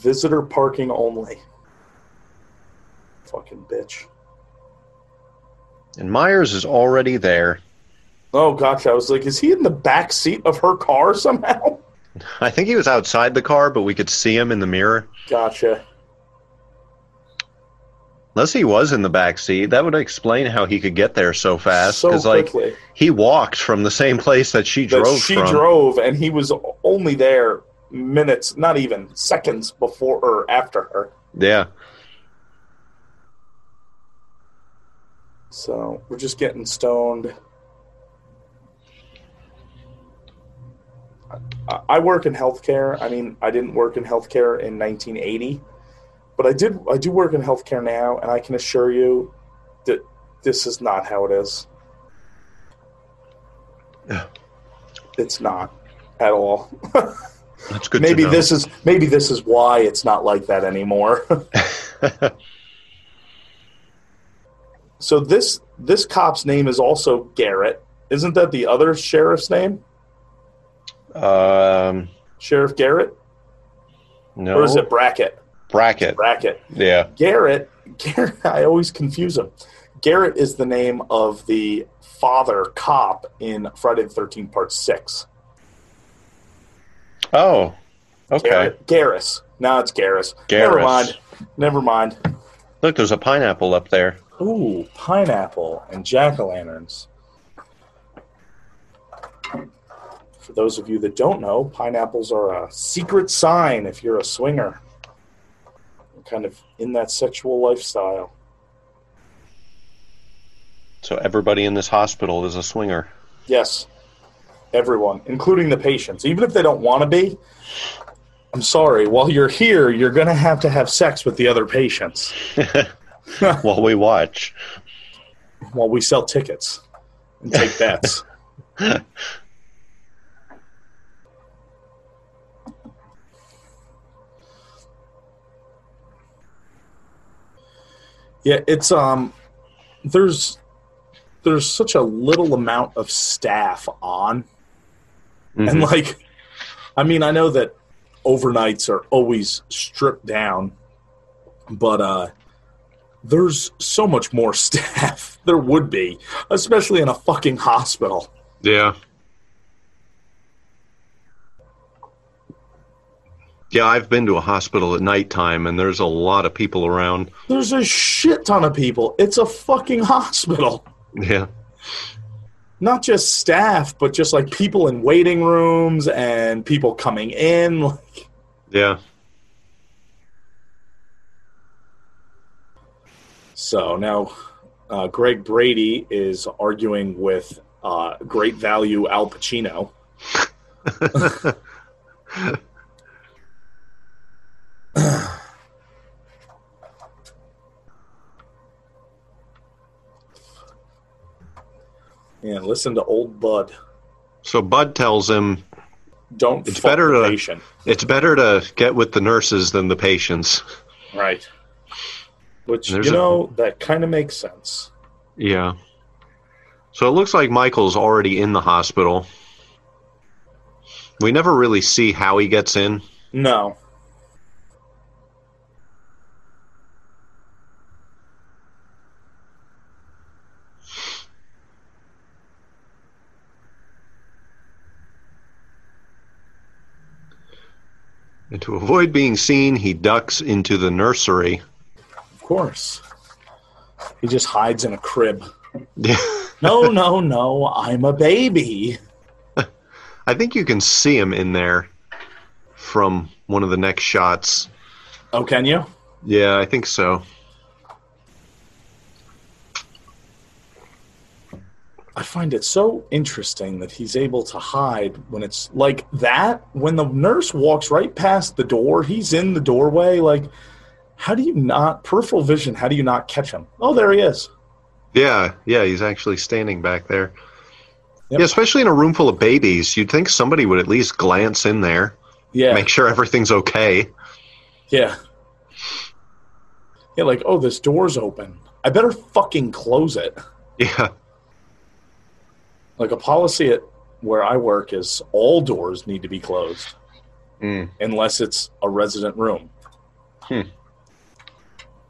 Visitor parking only. Fucking bitch.
And Myers is already there.
Oh, gotcha. I was like, is he in the back seat of her car somehow?
I think he was outside the car, but we could see him in the mirror.
Gotcha.
Unless he was in the back seat, that would explain how he could get there so fast.
so
Because like
quickly.
he walked from the same place that she
that
drove
she
from.
drove, and he was only there minutes, not even seconds before or after her.
Yeah,
So we're just getting stoned. I, I work in healthcare. I mean, I didn't work in healthcare in 1980, but I did. I do work in healthcare now, and I can assure you that this is not how it is.
Yeah.
It's not. at all. *laughs*
That's good. to
maybe
know.
this is maybe this is why it's not like that anymore. *laughs* so this this cop's name is also Garrett. Isn't that the other sheriff's name?
Um,
Sheriff Garrett?
no.
Or is it Brackett?
bracket?
Brackett.
Yeah.
Garrett, *laughs* Garrett, I always confuse him. Garrett is the name of the father cop in Friday the 13th, part six.
Oh. Okay.
Garrett, Garrus. No, it's Garrus. Never
Garrus.
mind. Never mind.
Look, there's a pineapple up there.
Ooh, pineapple and jack o' lanterns. For those of you that don't know, pineapples are a secret sign if you're a swinger. You're kind of in that sexual lifestyle.
So everybody in this hospital is a swinger. *laughs*
Yes, everyone, including the patients, even if they don't want to be. I'm sorry, while you're here, you're going to have to have sex with the other patients
While we watch.
while we sell tickets and take bets. Yeah, it's um there's there's such a little amount of staff on. And
Mhm.
like I mean, I know that overnights are always stripped down, but uh there's so much more *laughs* staff there would be, especially in a fucking hospital.
Yeah. Yeah, I've been to a hospital at nighttime and there's a lot of people around.
There's a shit ton of people. It's a fucking hospital.
Yeah.
Not just staff, but just like people in waiting rooms and people coming in. Like,
Yeah.
so now uh, Greg Brady is arguing with uh, great value Al Pacino. *laughs* And listen to old Bud.
So Bud tells him
Don't
It's
fuck
better
the
to-
patient.
it's better to get with the nurses than the patients.
Right. Which
There's
you
a-
know that kind of makes sense.
Yeah. So it looks like Michael's already in the hospital. We never really see how he gets in.
No.
And to avoid being seen, he ducks into the nursery. *laughs*
Of course. He just hides in a crib.
Yeah.
No, no, no. I'm a baby.
I think you can see him in there from one of the next shots.
Oh, can you?
Yeah, I think so.
I find it so interesting that he's able to hide when it's like that. When the nurse walks right past the door, he's in the doorway. Like, how do you not, peripheral vision, how do you not catch him? Oh, there he is.
Yeah, yeah, he's actually standing back there.
Yep.
Yeah, especially in a room full of babies, you'd think somebody would at least glance in there,
Yeah.
make sure everything's okay. *laughs*
Yeah. Yeah, like, oh, this door's open. I better fucking close it.
Yeah.
Like, a policy at where I work is all doors need to be closed Mm, unless it's a resident room.
Hmm.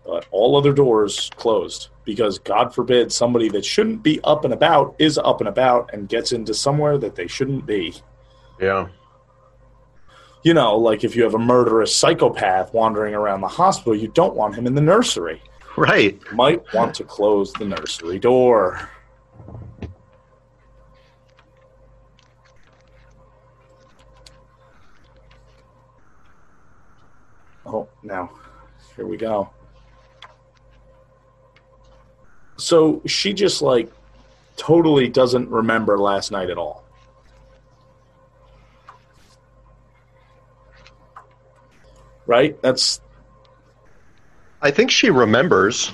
But all other doors closed because, God forbid, somebody that shouldn't be up and about is up and about and gets into somewhere that they shouldn't be.
Yeah.
You know, like if you have a murderous psychopath wandering around the hospital, you don't want him in the nursery.
Right.
might want to close the nursery door. Oh, now, here we go. So she just like totally doesn't remember last night at all. Right? That's
I think she remembers.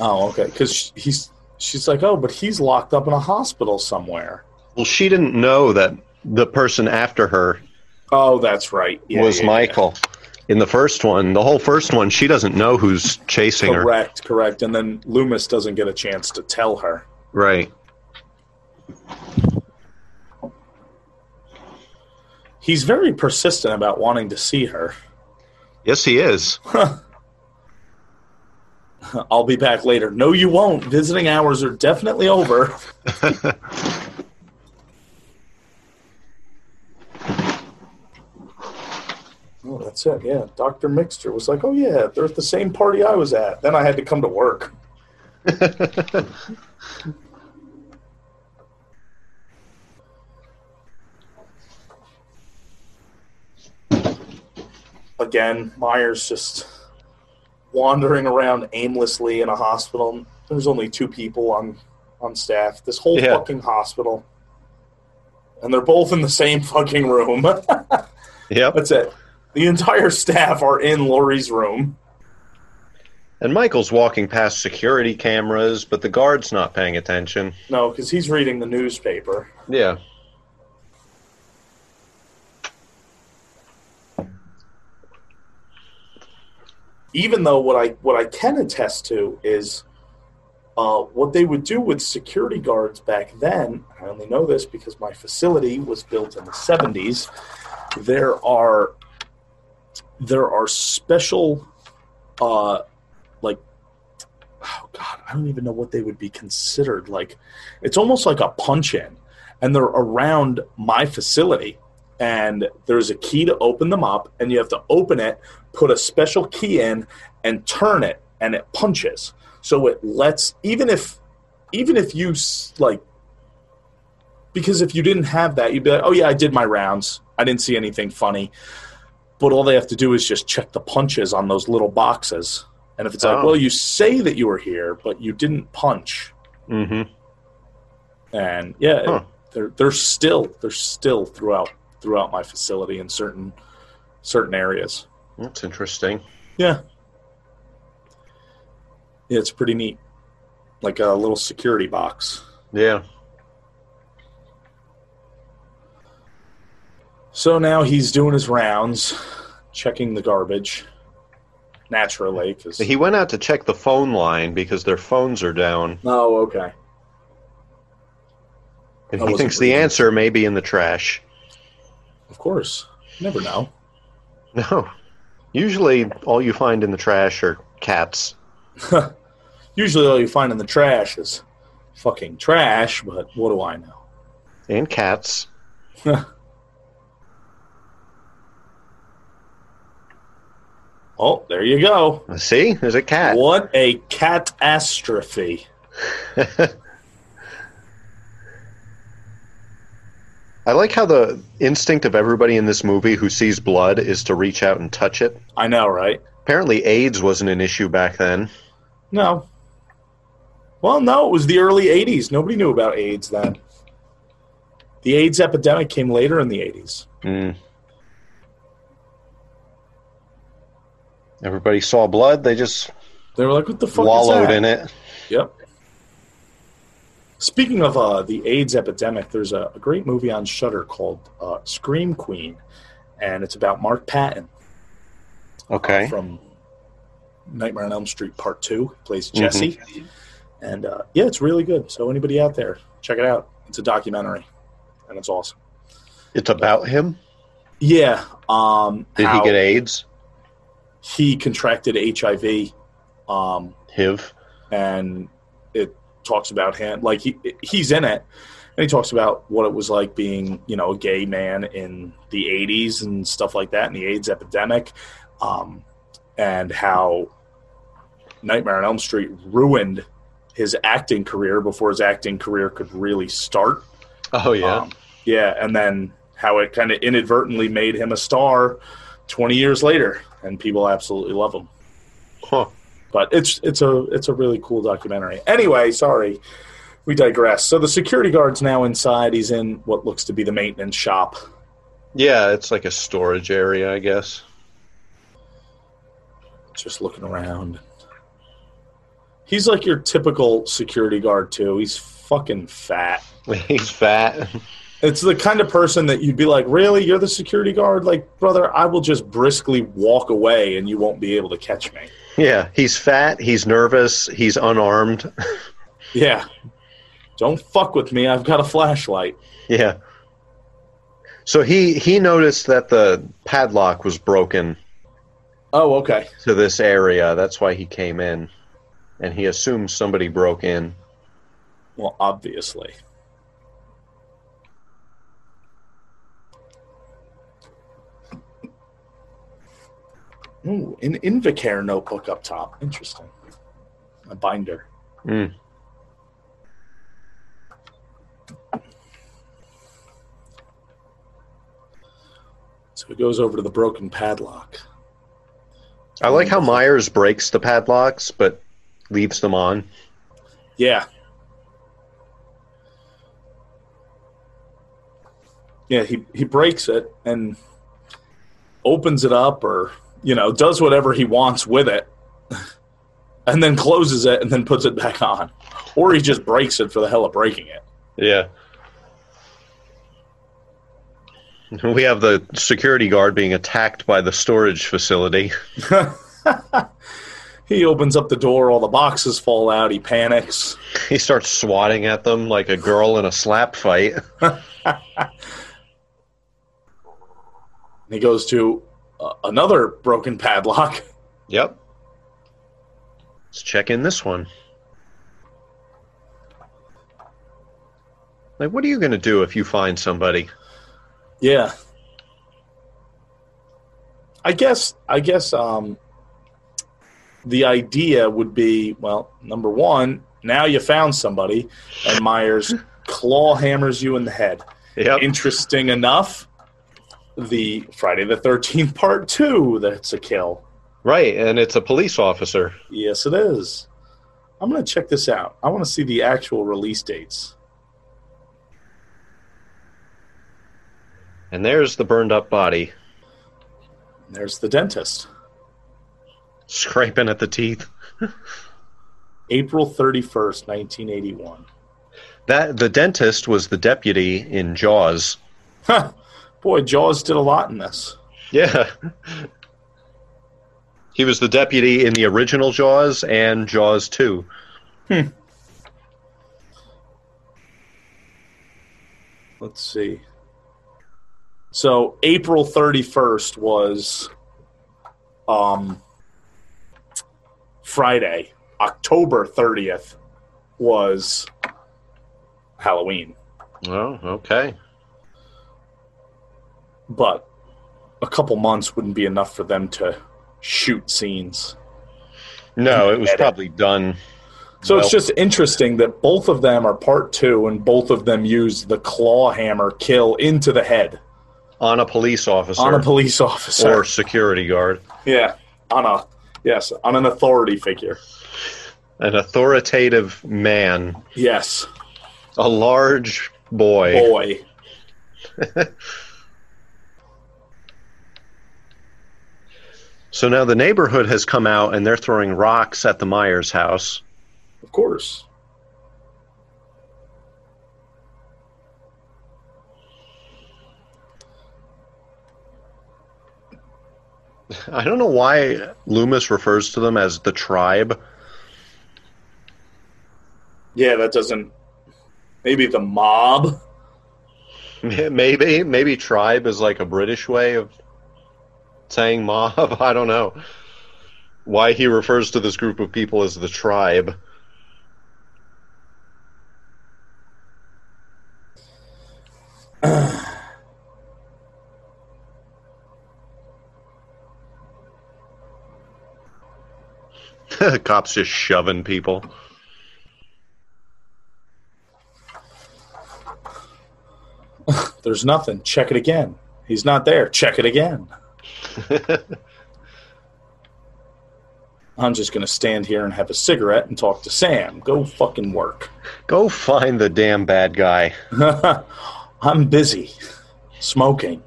Oh, okay. Because he's she's like, oh, but he's locked up in a hospital somewhere.
Well, she didn't know that the person after her
Oh, that's right. Yeah,
was
yeah, yeah.
Michael. In the first one, the whole first one, she doesn't know who's chasing her.
Correct, correct. And then Loomis doesn't get a chance to tell her.
Right.
He's very persistent about wanting to see her.
Yes,
*laughs*
he is.
I'll be back later. No, you won't. Visiting hours are definitely over. oh, that's it. Yeah. Dr. Mixter was like, oh, yeah, they're at the same party I was at. Then I had to come to work. *laughs* Again, Myers just wandering around aimlessly in a hospital. There's only two people on on staff. This whole
Yeah.
fucking hospital. And they're both in the same fucking room. *laughs*
Yep.
That's it. The entire staff are in Lori's room.
And Michael's walking past security cameras, but the guard's not paying attention.
No, because he's reading the newspaper.
Yeah.
Even though what I what I can attest to is uh, what they would do with security guards back then. I only know this because my facility was built in the seventies. There are there are special uh, like oh god i don't even know what they would be considered like it's almost like a punch in and they're around my facility and there's a key to open them up and you have to open it put a special key in and turn it and it punches so it lets even if even if you s- like because if you didn't have that you'd be like oh yeah i did my rounds i didn't see anything funny but all they have to do is just check the punches on those little boxes and if it's like
Oh.
well you say that you were here but you didn't punch
hmm
and yeah,
Huh.
they're they're still they're still throughout throughout my facility in certain certain areas.
That's interesting.
Yeah, yeah, it's pretty neat, like a little security box.
Yeah.
So now he's doing his rounds, checking the garbage. Naturally, because
He went out to check the phone line because their phones are down,
oh okay, I
and he
wasn't
thinks the
reading.
answer may be in the trash. *laughs*
of course, you never know.
No. Usually, all you find in the trash are cats.
Usually, all you find in the trash is fucking trash, but what do I know?
And cats.
Oh, there you go.
See? There's a cat.
What a catastrophe.
I like how the instinct of everybody in this movie who sees blood is to reach out and touch it.
I know, right?
Apparently, AIDS wasn't an issue back then.
No. Well, no, it was the early 80s. Nobody knew about AIDS then. The AIDS epidemic came later in the 80s.
Mm. Everybody saw blood. They just
They were like, what the fuck is
wallowed
that?
in it.
Yep. Speaking of uh, the AIDS epidemic, there's a, a great movie on Shudder called uh, Scream Queen, and it's about Mark Patton
Okay.
from Nightmare on Elm Street Part 2. He plays
Mhm.
Jesse. And uh, yeah, it's really good. So anybody out there, check it out. It's a documentary, and it's awesome.
It's about him.
Yeah. Um,
Did
how
he get AIDS?
he contracted HIV, um,
HIV.
and it talks about him. Like he he's in it, and he talks about what it was like being you know a gay man in the '80s and stuff like that, and the AIDS epidemic, um, and how Nightmare on Elm Street ruined his acting career before his acting career could really start.
Oh yeah.
Um, yeah, and then how it kind of inadvertently made him a star 20 years later, and people absolutely love him.
Huh.
But it's it's a it's a really cool documentary. Anyway, sorry, we digress. So the security guard's now inside. He's in what looks to be the maintenance shop.
Yeah, it's like a storage area, I guess. *laughs*
just looking around. He's like your typical security guard too. He's fucking fat.
He's fat.
It's the kind of person that you'd be like, really? You're the security guard? Like, brother, I will just briskly walk away and you won't be able to catch me.
Yeah, he's fat, he's nervous, he's unarmed.
Yeah. Don't fuck with me. I've got a flashlight.
yeah. So he he noticed that the padlock was broken
Oh, okay.
to this area. That's why he came in. And he assumed somebody broke in.
Well, obviously. Ooh, an Invacare notebook up top. Interesting. A binder.
Mm.
So he goes over to the broken padlock.
I like how Myers breaks the padlocks but leaves them on.
Yeah. Yeah, he, he breaks it and opens it up or, you know, does whatever he wants with it *laughs* and then closes it and then puts it back on. Or he just breaks it for the hell of breaking it.
Yeah. *laughs* We have the security guard being attacked by the storage facility. *laughs*
He opens up the door, all the boxes fall out, he panics.
He starts swatting at them like a girl in a slap fight.
And he goes to uh, another broken padlock. *laughs*
Yep. Let's check in this one. Like, what are you going to do if you find somebody?
Yeah. I guess I guess um the idea would be well, number one, now you found somebody and Myers claw hammers you in the head.
Yep.
Interesting enough, the Friday the thirteenth part two that's a kill.
right, and it's a police officer.
Yes it is. I'm gonna check this out. I wanna see the actual release dates.
And there's the burned up body, *laughs*
There's the dentist.
scraping at the teeth.
April thirty first, nineteen eighty one.
That the dentist was the deputy in Jaws.
Huh. Boy, Jaws did a lot in this.
Yeah. *laughs* He was the deputy in the original Jaws and Jaws 2.
Let's see. So April 31st was um Friday. October 30th was Halloween.
Oh, okay.
But a couple months wouldn't be enough for them to shoot scenes.
No, it was probably done.
So
Well-
it's just interesting that both of them are part 2 and both of them use the claw hammer kill into the head
on a police officer
on a police officer.
or security guard,
Yeah, on a yes, on an authority figure.
an authoritative man,
Yes,
a large boy.
boy.
So now the neighborhood has come out and they're throwing rocks at the Myers house.
Of course.
I don't know why Loomis refers to them as the tribe.
Yeah, that doesn't. Maybe the mob.
*laughs* Maybe maybe tribe is like a British way of saying mob. *laughs* I don't know why he refers to this group of people as the tribe. *laughs* Cops just shoving people.
There's nothing. Check it again. He's not there. Check it again. I'm just gonna stand here and have a cigarette and talk to Sam. Go fucking work.
Go find the damn bad guy.
I'm busy *laughs* smoking.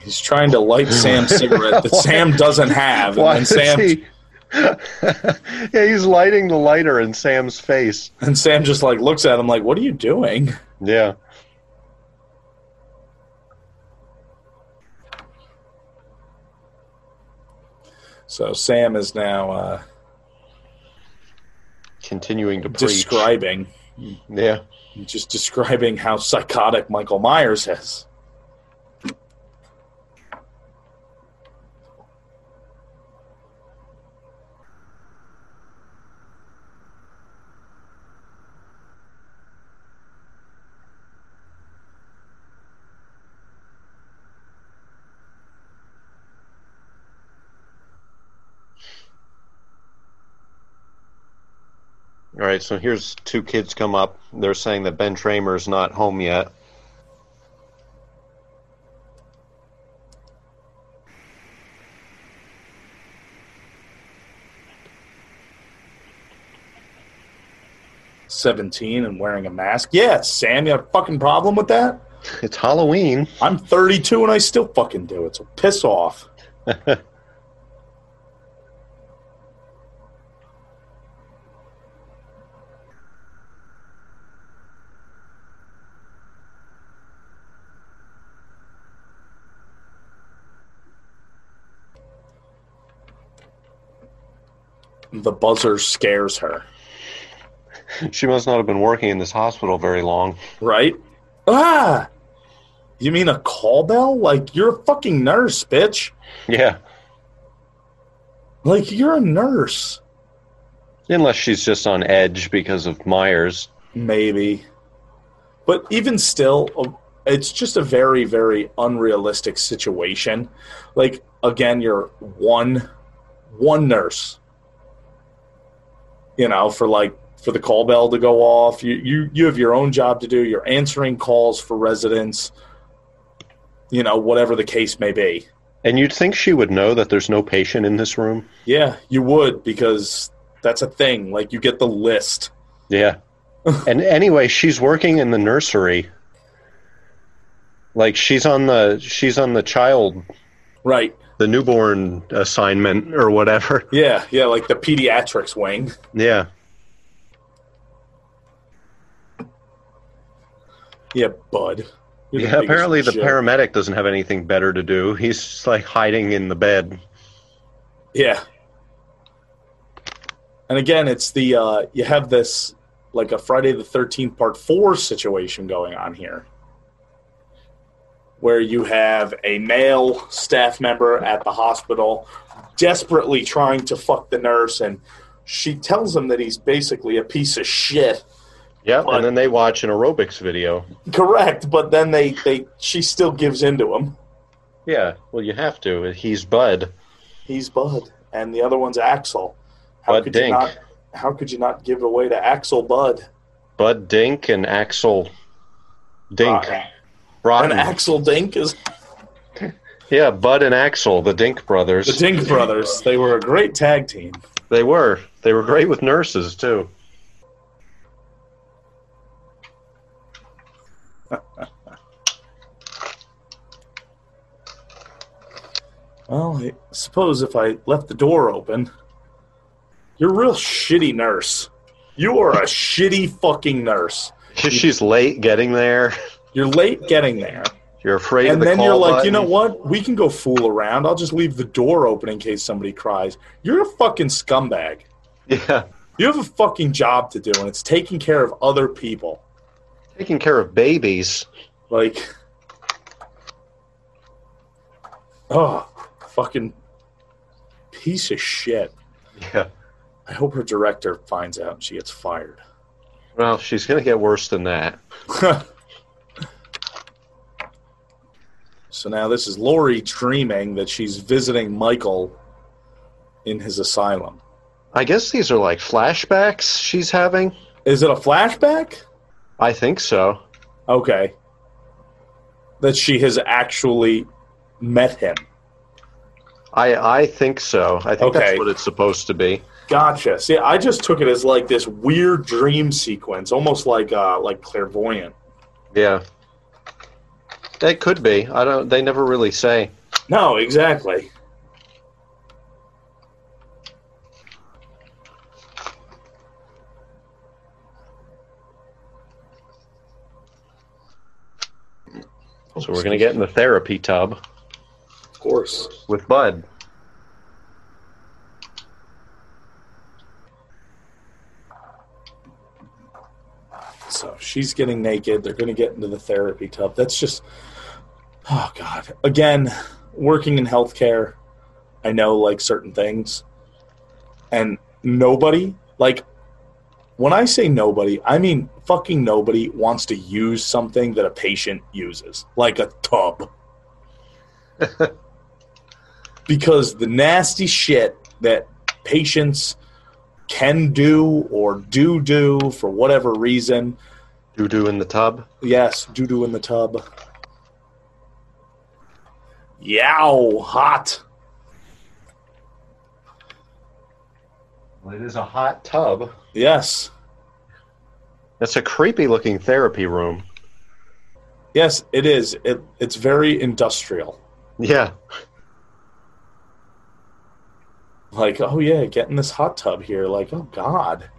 He's trying to light Sam's cigarette that Sam doesn't have. And
Why
then
*laughs* is
Sam,
he? yeah, he's lighting the lighter in Sam's face.
And Sam just like looks at him like, "What are you doing?"
Yeah.
So Sam is now uh,
Continuing to preach.
describing,
yeah.
just describing how psychotic Michael Myers is.
All right, so here's two kids come up. They're saying that Ben Tramer's not home yet.
Seventeen and wearing a mask. Yeah, Sam, you have a fucking problem with that?
It's Halloween.
I'm 32 and I still fucking do it. So piss off. the buzzer scares her,
She must not have been working in this hospital very long.
right? Ah! You mean a call bell? Like, you're a fucking nurse, bitch.
Yeah.
Like, you're a nurse.
Unless she's just on edge because of Myers.
Maybe. But even still, uh, it's just a very, very unrealistic situation. Like, again, you're one, one nurse, you know, for like, for the call bell to go off. You, you, you have your own job to do. You're answering calls for residents, you know, whatever the case may be.
And you'd think she would know that there's no patient in this room.
Yeah, you would because that's a thing. Like, you get the list.
Yeah. and anyway, she's working in the nursery. Like she's on the she's on the child
Right.
the newborn assignment or whatever.
Yeah. Yeah. Like the pediatrics wing.
Yeah.
Yeah, bud. You're the
Yeah,
biggest
apparently the
jerk.
paramedic doesn't have anything better to do. He's just, like hiding in the bed.
Yeah. And again, it's the uh, you have this like a Friday the Thirteenth Part Four situation going on here, where you have a male staff member at the hospital desperately trying to fuck the nurse, and she tells him that he's basically a piece of shit. *laughs*
Yep.
What?
And then they watch an aerobics video.
Correct, but then they they she still gives in to him.
Yeah. Well, you have to. He's Bud.
He's Bud, and the other one's Axel. How
Bud
could you
Dink.
not? How could you not give it away to Axel Bud?
Bud Dink and Axel Dink.
Rotten. And
Rotten.
Axel Dink is
yeah, Bud and Axel, the Dink brothers.
the Dink brothers. They were a great tag team.
They were. They were great with nurses too.
Well, I suppose if I left the door open, you're a real shitty nurse. You are a shitty fucking nurse.
She's late getting there.
You're late getting there.
You're afraid of
And
the
then
call
you're like, you
button.
know what? We can go fool around. I'll just leave the door open in case somebody cries. You're a fucking scumbag.
*laughs* Yeah,
You have a fucking job to do, and it's taking care of other people.
taking care of babies.
Like, oh, fucking piece of shit.
Yeah.
I hope her director finds out and she gets fired. *laughs*
Well, she's gonna get worse than that.
so now this is Lori dreaming that she's visiting Michael in his asylum.
I guess these are like flashbacks she's having.
Is it a flashback?
I think so.
Okay. That she has actually met him.
I I think so. I think
Okay.
that's what it's supposed to be.
Gotcha. See, I just took it as like this weird dream sequence, almost like uh, like clairvoyant.
Yeah. It could be. I don't. They never really say.
No, exactly.
So we're gonna get in the therapy tub
Of course.
with Bud.
So she's getting naked. They're going to get into the therapy tub. That's just, oh God. Again, working in healthcare, I know like certain things. And nobody, like, when I say nobody, I mean fucking nobody wants to use something that a patient uses, like a tub. because the nasty shit that patients can do or do do for whatever reason
Doo doo in the tub.
Yes, doo doo in the tub. Yow, hot.
Well, it is a hot tub.
Yes,
That's a creepy looking therapy room.
yes, it is. It, it's very industrial.
Yeah.
Like, oh yeah, get in this hot tub here. Like, oh god. *laughs*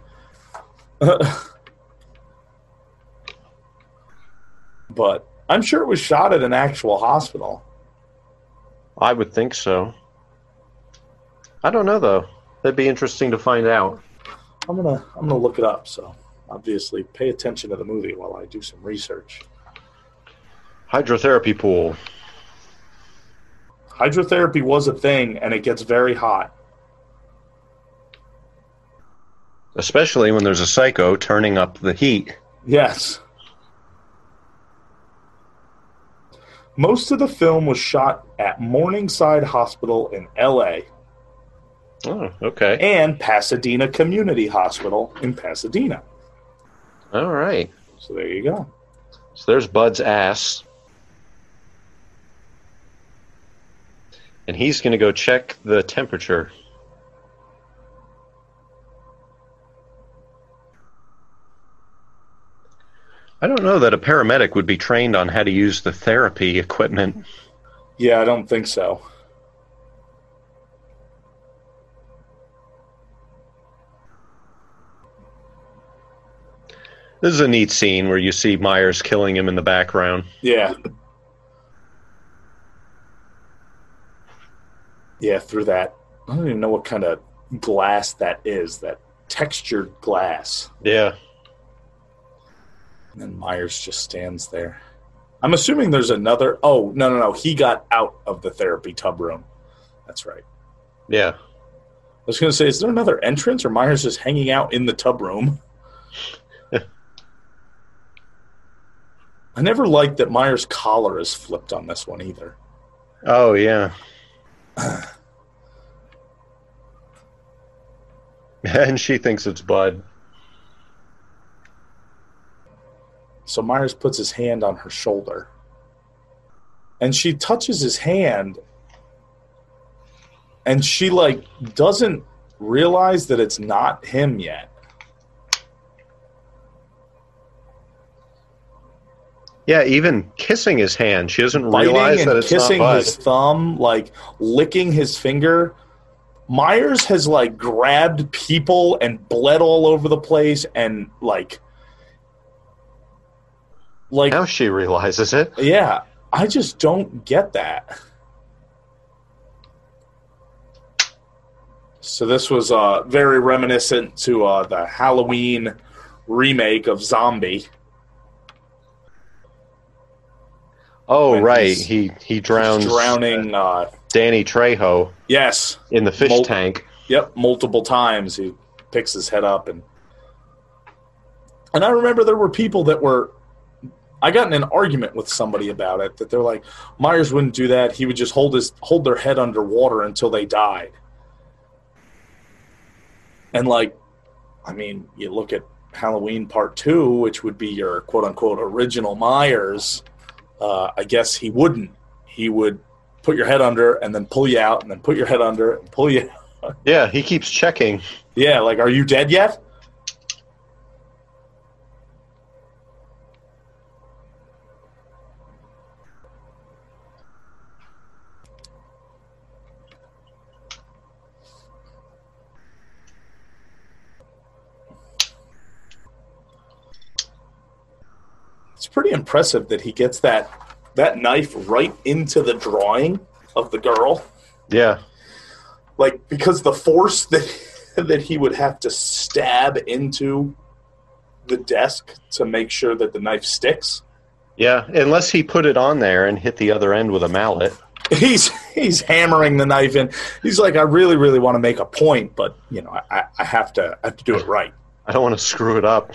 but I'm sure it was shot at an actual hospital.
I would think so. I don't know though. That'd be interesting to find out.
I'm gonna I'm gonna look it up. So obviously, pay attention to the movie while I do some research.
Hydrotherapy pool.
Hydrotherapy was a thing, and it gets very hot.
Especially when there's a psycho turning up the heat.
Yes. Most of the film was shot at Morningside Hospital in LA
Oh, okay.
and Pasadena Community Hospital in Pasadena.
All right.
So there you go.
So there's Bud's ass. And he's going to go check the temperature. I don't know that a paramedic would be trained on how to use the therapy equipment.
Yeah, I don't think so.
This is a neat scene where you see Myers killing him in the background.
Yeah. Yeah, through that. I don't even know what kind of glass that is, that textured glass.
Yeah.
And then Myers just stands there. I'm assuming there's another. Oh, no, no, no. He got out of the therapy tub room. That's right. I
Yeah.
was going to say, is there another entrance or Myers just hanging out in the tub room? I never liked that Myers' collar is flipped on this one either.
Oh, *sighs* yeah. and she thinks it's Bud.
So Myers puts his hand on her shoulder. And she touches his hand. And she, like, doesn't realize that it's not him yet.
Yeah, even kissing his hand, she doesn't realize
biting
that
and
it's not
kissing
Bud.
his thumb, like licking his finger. Myers has like grabbed people and bled all over the place and like like
Now she realizes it.
yeah, I just don't get that. So this was uh, very reminiscent to uh, the Halloween remake of Zombie.
Oh,
When
right.
he's-
He he drowns
drowning. Uh,
Danny Trejo
yes,
in the fish
Mul-
tank.
Yep, multiple times he picks his head up and and I remember there were people that were I got in an argument with somebody about it that they're like Myers wouldn't do that. He would just hold his hold their head underwater until they died. And like I mean, you look at Halloween Part 2, which would be your quote unquote original Myers, uh, I guess he wouldn't. He would put your head under and then pull you out and then put your head under and pull you
Yeah, he keeps checking.
yeah, like, are you dead yet? It's pretty impressive that he gets that that knife right into the drawing of the girl.
Yeah.
Like because the force that *laughs* that he would have to stab into the desk to make sure that the knife sticks. *laughs*
Yeah. Unless he put it on there and hit the other end with a mallet.
He's he's hammering the knife in. He's like, I really, really want to make a point, but you know, I, I have to I have to do it right.
I don't want to *laughs* screw it up.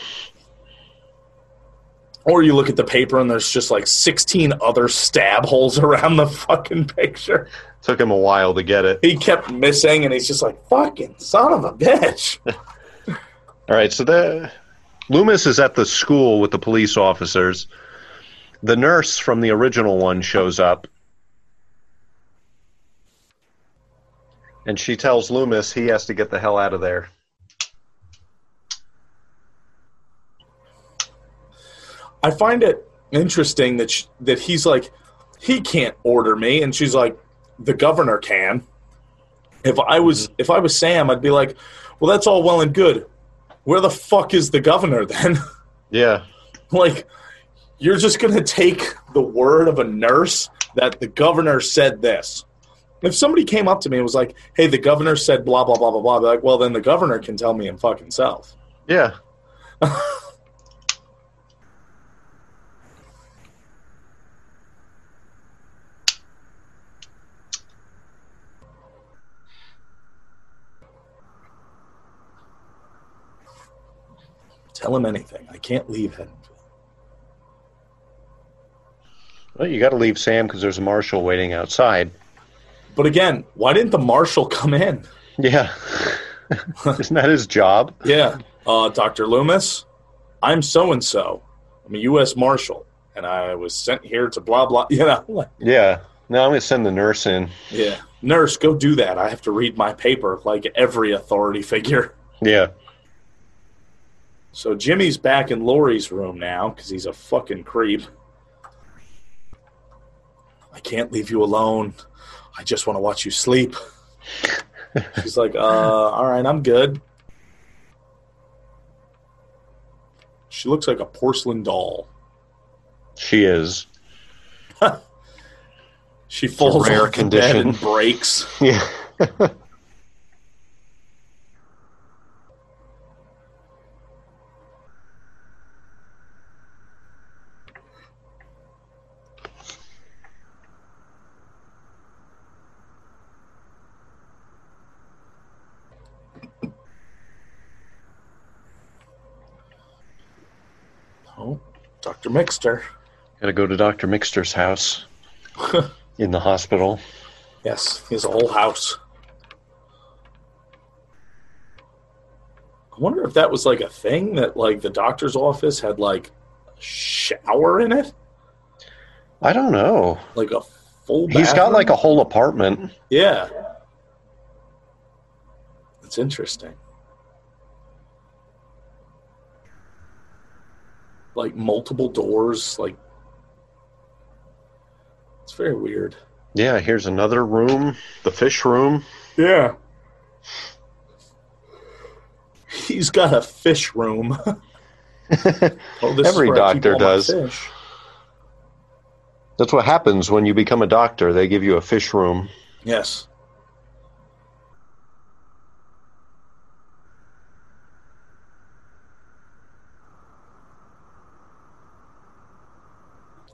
Or you look at the paper and there's just like 16 other stab holes *laughs* around the fucking picture.
Took him a while to get it.
He kept missing and he's just like, fucking son of a bitch.
All right. So the Loomis is at the school with the police officers. The nurse from the original one shows up. And she tells Loomis he has to get the hell out of there.
I find it interesting that sh that he's like, he can't order me, and she's like, the governor can. If I was if I was Sam, I'd be like, well, that's all well and good. Where the fuck is the governor then? *laughs*
Yeah.
like, you're just gonna take the word of a nurse that the governor said this. If somebody came up to me and was like, "Hey, the governor said blah blah blah blah blah," I'd be like, well, then the governor can tell me in fucking self.
Yeah.
Tell him anything. I can't leave him.
Well, you got to leave Sam because there's a marshal waiting outside.
But again, why didn't the marshal come in?
Yeah. *laughs* Isn't that his job?
Yeah. Uh, Dr. Loomis, I'm so and so. I'm a U.S. Marshal, and I was sent here to blah, blah. You know, like,
Yeah. No, I'm going to send the nurse in.
yeah. Nurse, go do that. I have to read my paper like every authority figure.
Yeah.
So Jimmy's back in Lori's room now because he's a fucking creep. I can't leave you alone. I just want to watch you
*laughs*
sleep. She's like, uh, all right, I'm good. She looks like a porcelain doll.
She is.
She falls
rare
off the bed
condition.
and breaks.
Yeah.
Oh, Dr. Mixter.
Got to go to Dr. Mixter's *laughs* house in the hospital.
Yes, he has a whole house. I wonder if that was like a thing that like the doctor's office had like a shower in it,
I don't know.
like a full.
He's got
bathroom?
like a whole apartment.
yeah. That's interesting. Like multiple doors, like it's very weird.
Yeah, here's another room, the fish room.
Yeah. He's got a fish room. *laughs* oh, this
Every
where I keep
doctor
all my
does.
fish.
That's what happens when you become a doctor. They give you a fish room.
Yes.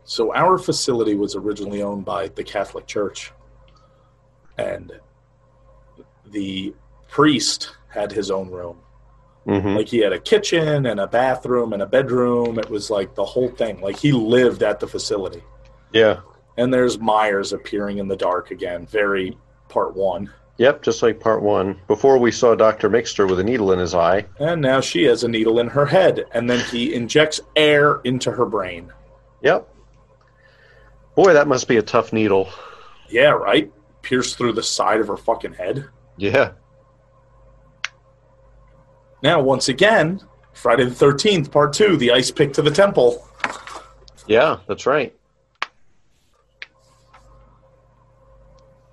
So our facility was originally owned by the Catholic Church, and the priest had his own room.
hmm
Like he had a kitchen and a bathroom and a bedroom. It was like the whole thing. Like he lived at the facility.
Yeah.
And there's Myers appearing in the dark again, very part one.
Yep, just like part one. Before we saw Dr. Mixter with a needle in his eye.
And now she has a needle in her head. And then he injects air into her brain.
Yep. Boy, that must be a tough needle.
Yeah, right? Pierced through the side of her fucking head.
Yeah.
Now, once again, Friday the 13th, part two, the ice pick to the temple.
Yeah, that's right.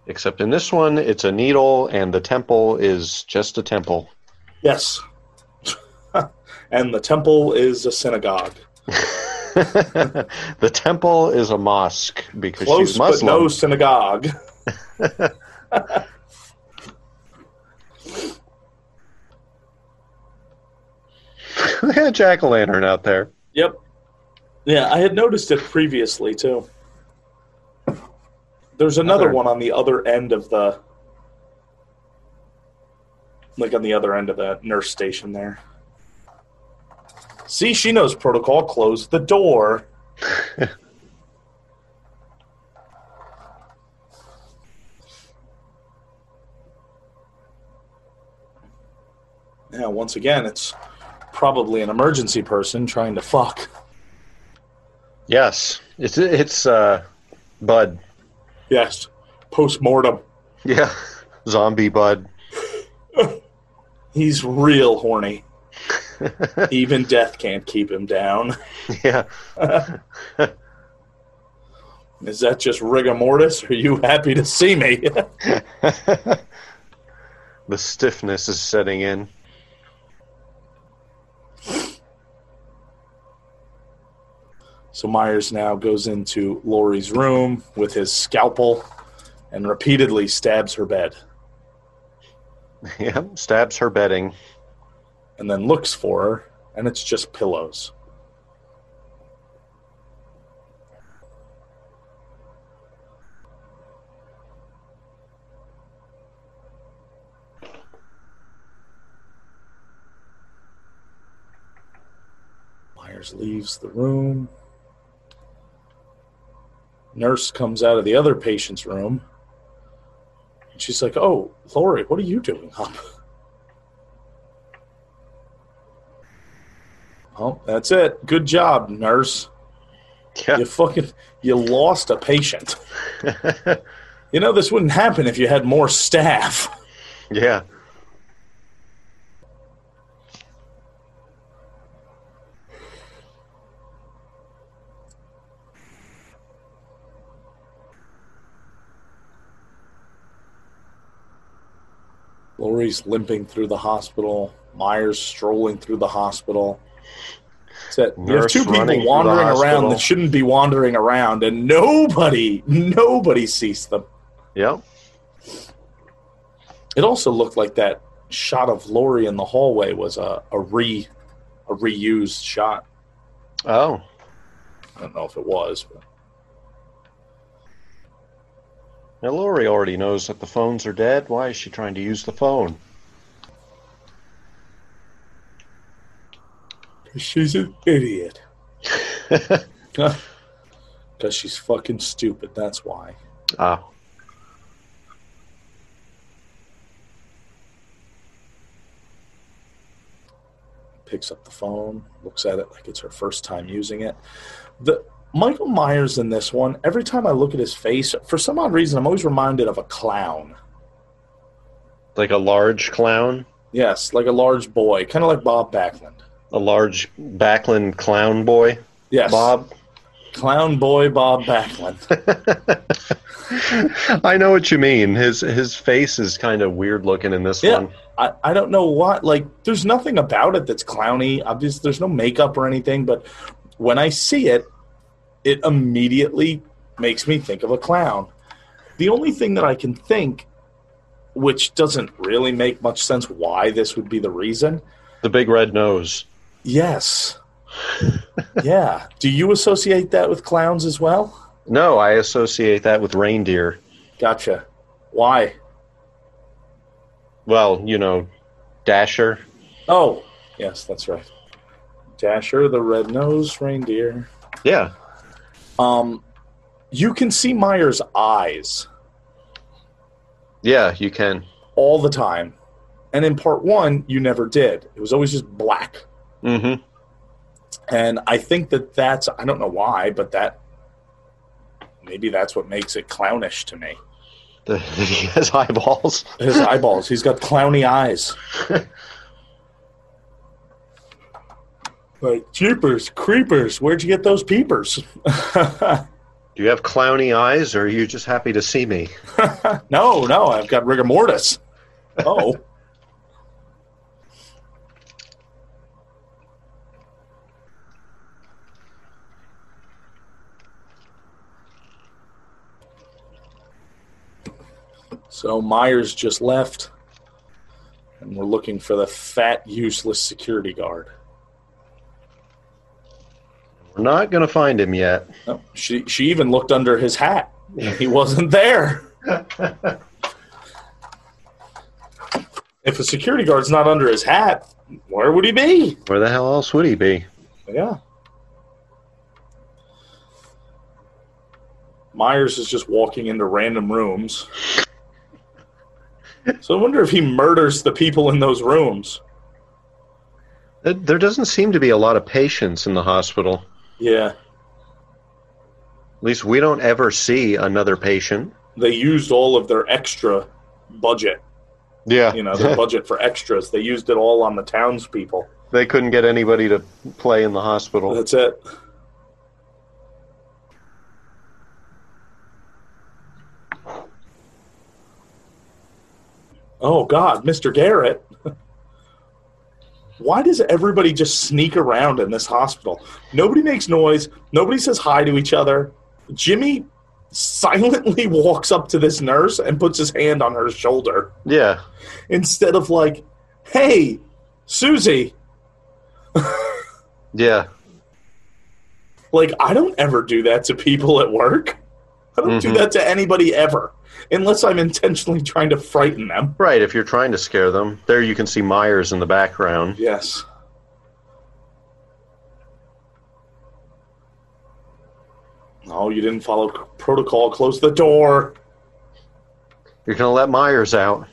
Except in this one, it's a needle, and the temple is just a temple.
*laughs* Yes. and the temple is a synagogue.
*laughs* the temple is a mosque because
Close
she's
but
Muslim.
no synagogue.
*laughs* Yeah,
*laughs*
jack o' lantern out there.
Yep. Yeah, I had noticed it previously too. There's another
Other-
one on the other end of the like on the other end of that nurse station there. See, she knows protocol. Close the door. *laughs* yeah, once again, it's probably an emergency person trying to fuck.
Yes, it's it's uh, Bud.
Yes. Post mortem.
Yeah, *laughs* zombie Bud.
He's real horny. Even death can't keep him down.
Yeah,
Is that just rigor mortis? Are you happy to see me? *laughs*
the stiffness is setting in. *laughs*
so Myers now goes into Lori's room with his scalpel and repeatedly stabs her bed
Yeah, stabs her bedding.
and then looks for her, and it's just pillows. Myers leaves the room. Nurse comes out of the other patient's room. And she's like, Oh, Lori, what are you doing up? Oh, that's it. Good job, nurse.
Yeah,
You fucking you lost a
*laughs*
patient. you know this wouldn't happen if you had more staff.
yeah.
Lori's limping through the hospital. Myers strolling through the hospital. That's it. You have
Nurse
two
running
people
through the
wandering around
hospital.
that shouldn't be wandering around, and nobody, nobody sees them.
Yep.
It also looked like that shot of Lori in the hallway was a, a re, a reused shot.
Oh,
I don't know if it was, but
now Lori already knows that the phones are dead. Why is she trying to use the phone?
She's an idiot. *laughs* Because she's fucking stupid. That's why.
Ah,
Picks up the phone, looks at it like it's her first time using it. The Michael Myers in this one, every time I look at his face, for some odd reason, I'm always reminded of a clown.
like a large clown,
Yes, like a large boy, kind of like Bob Backlund.
a large Backlund clown boy,
Yes,
Bob.
clown boy Bob Backlund.
I know what you mean. His his face is kind of weird looking in this
Yeah.
one.
I, I don't know what like there's nothing about it that's clowny. Obvious there's no makeup or anything, but when I see it, it immediately makes me think of a clown. The only thing that I can think, which doesn't really make much sense why this would be the reason.
The big red nose.
Yes. yeah. Do you associate that with clowns as well?
No, I associate that with reindeer.
Gotcha. Why?
Well, you know, Dasher.
Oh, yes, that's right. Dasher, the red-nosed reindeer.
Yeah.
Um, you can see Meyer's eyes
Yeah, you can.
all the time, and in part one, you never did. It was always just black,
Mm-hmm. *laughs*
and I think that that's—I don't know why, but that maybe that's what makes it clownish to me.
he has eyeballs.
His eyeballs. He's got clowny eyes. like jeepers, creepers. Where'd you get those peepers? *laughs*
Do you have clowny eyes, or are you just happy to see me?
*laughs* no, no, I've got rigor mortis. Oh. So Myers just left, and we're looking for the fat, useless security guard.
We're not going to find him yet.
No, she she even looked under his hat. He wasn't there. if a security guard's not under his hat, where would he be?
Where the hell else would he be?
Yeah. Myers is just walking into random rooms. So I wonder if he murders the people in those rooms.
There- There doesn't seem to be a lot of patients in the hospital.
Yeah.
At least we don't ever see another patient.
They used all of their extra budget,
Yeah.
you know,
*laughs*
their budget for extras. They used it all on the townspeople.
they couldn't get anybody to play in the hospital.
That's it. Oh God, Mr. Garrett. Why does everybody just sneak around in this hospital? Nobody makes noise. Nobody says hi to each other. Jimmy silently *laughs* walks up to this nurse and puts his hand on her shoulder
Yeah.
instead of like, "Hey, Susie."
Yeah.
Like, I don't ever do that to people at work. I don't do
Mhm.
that to anybody ever, unless I'm intentionally trying to frighten them.
Right, if you're trying to scare them. There you can see Myers in the background.
Yes. No, you didn't follow c- protocol. Close the door.
You're going to let Myers out.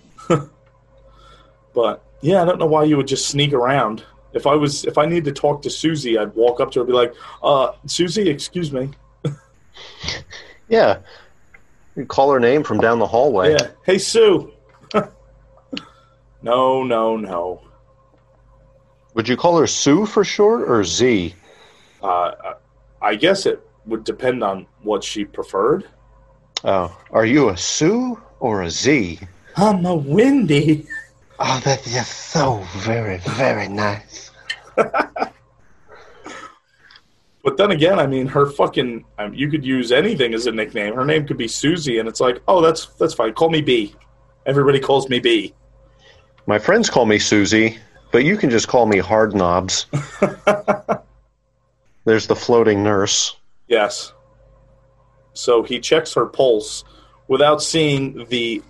But yeah, I don't know why you would just sneak around. If I was, if I needed to talk to Susie, I'd walk up to her and be like, uh, "Susie, excuse me.
Yeah. You call her name from down the hallway.
Yeah. Hey, Sue. *laughs* no, no, no.
Would you call her Sue for short or Z?
Uh, I guess it would depend on what she preferred.
Oh, are you a Sue or a Z?
I'm a Wendy.
Oh, that is so very, very nice.
But then again, I mean, her fucking. I mean, you could use anything as a nickname. Her name could be Susie, and it's like, oh, that's that's fine. Call me B. Everybody calls me B.
My friends call me Susie, but you can just call me Hard Knobs. There's the floating nurse. *laughs*
Yes. So he checks her pulse without seeing the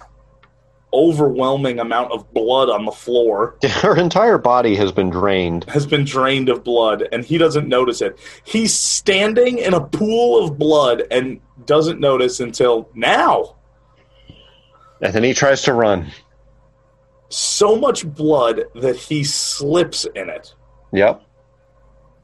overwhelming amount of blood on the floor.
Her entire body has been drained.
has been drained of blood and he doesn't notice it. He's standing in a pool of blood and doesn't notice until now.
And then he tries to run.
So much blood that he slips in it.
Yep.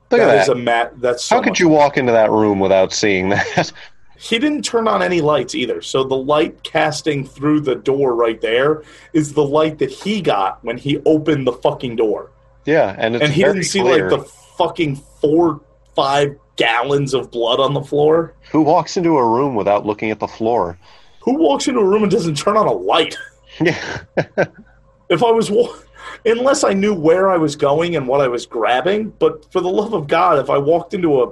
Look
that
at that.
is a mat. That's so
How could
much-
you walk into that room without seeing *laughs* that?
He didn't turn on any lights either. So the light casting through the door right there is the light that he got when he opened the fucking door.
yeah, and it's
and he
very
didn't see
clear.
like the fucking four, five gallons of blood on the floor.
who walks into a room without looking at the floor. *laughs*
Who walks into a room and doesn't turn on a light?
Yeah,
if I was, wa- unless I knew where I was going and what I was grabbing. But for the love of God, if I walked into a,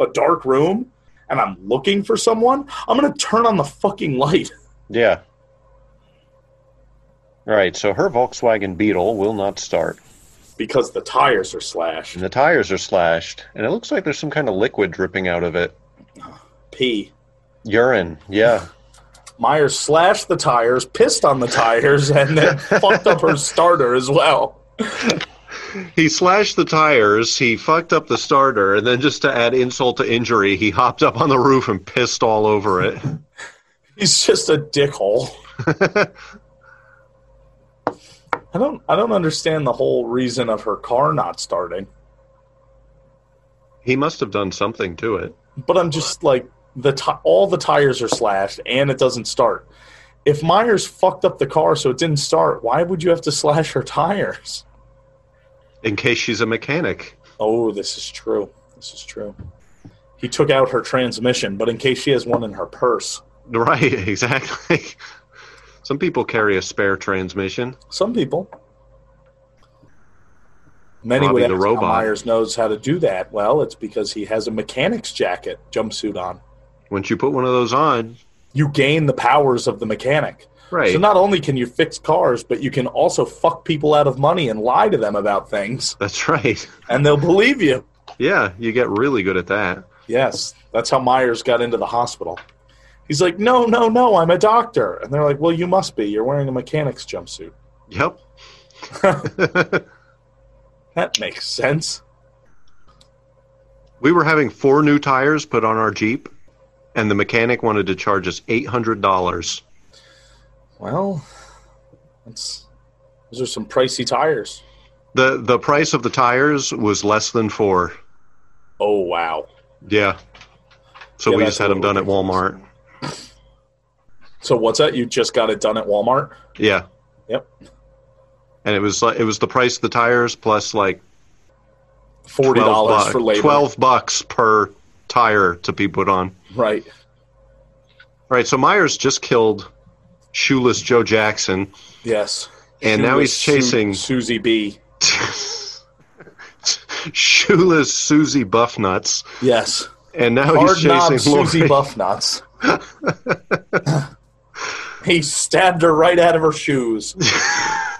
a dark room and I'm looking for someone, I'm going to turn on the fucking light. *laughs*
yeah. All right, so her Volkswagen Beetle will not start,
Because the tires are slashed.
and the tires are slashed, and it looks like there's some kind of liquid dripping out of it.
P.
Urine, yeah.
Myers slashed the tires, pissed on the tires, and then fucked up her starter as well.
*laughs* he slashed the tires, he fucked up the starter, and then just to add insult to injury, he hopped up on the roof and pissed all over *laughs* it.
He's just a dickhole. I don't. I don't understand the whole reason of her car not starting.
he must have done something to it.
but I'm just like the ti all the tires are slashed and it doesn't start. If Myers fucked up the car so it didn't start, why would you have to *laughs* slash her tires?
in case she's a mechanic. *laughs*
Oh, this is true. This is true. He took out her transmission, but in case she has one in her purse,
Right, exactly. Some people carry a spare transmission.
some people. Many
Robbie
would
the
ask how
robot.
Myers knows how to do that. Well, it's because he has a mechanic's jacket jumpsuit on.
Once you put one of those on,
You gain the powers of the mechanic.
Right.
So not only can you fix cars, but you can also fuck people out of money and lie to them about things,
That's right. *laughs*
and they'll believe you.
Yeah, you get really good at that.
Yes, that's how Myers got into the hospital. He's like, no, no, no, I'm a doctor. And they're like, well, you must be. You're wearing a mechanic's jumpsuit. *laughs*
Yep. *laughs*
That makes sense.
We were having four new tires put on our Jeep, and the mechanic wanted to charge us $800.
Well, that's, those are some pricey tires.
The the price of the tires was less than 4.
Oh, wow.
Yeah. So
Yeah,
we
that's
just had them
a little
done at Walmart.
So what's that? You just got it done at Walmart?
Yeah.
Yep.
And it was like it was the price of the tires plus like
$40
$12
for labor.
12 bucks per tire to be put on.
Right.
All right, so Myers just killed shoeless Joe Jackson.
Yes.
And now he's
Su-
chasing-
Susie B.
*laughs* shoeless Susie Buffnuts,
Yes.
and now
Hard
he's
knob
chasing Lori.
Susie Buffnuts. *laughs* he stabbed her right out of her shoes.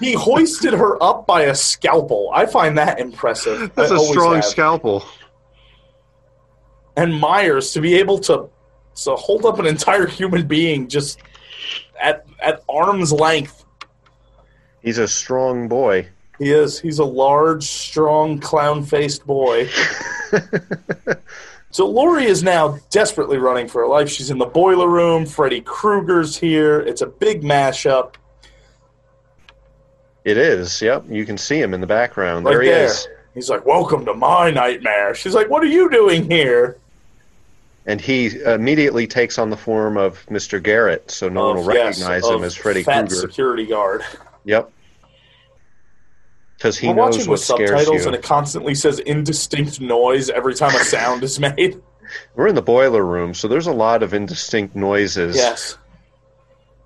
he hoisted her up by a scalpel. I find that impressive.
That's
I
a
always
strong
have.
scalpel.
And Myers to be able to to hold up an entire human being just at at arm's length.
He's a strong boy.
He is. He's a large, strong, clown faced
*laughs*
boy. so Lori is now desperately running for her life. She's in the boiler room. Freddy Krueger's here. It's a big mashup.
It is. Yep, you can see him in the background.
Right
there he
there.
is,
He's like, Welcome to my nightmare. She's like, What are you doing here?
and he uh, immediately takes on the form of Mr. Garrett, so no one
Of-
will
yes,
recognize
of
him as Freddy
fat
Krueger.
security guard.
Yep, because he
We're
knows
watching
what
with
scares
subtitles,
you.
and it constantly says indistinct noise every time a sound is made.
We're in the boiler room, so there's a lot of indistinct noises.
Yes.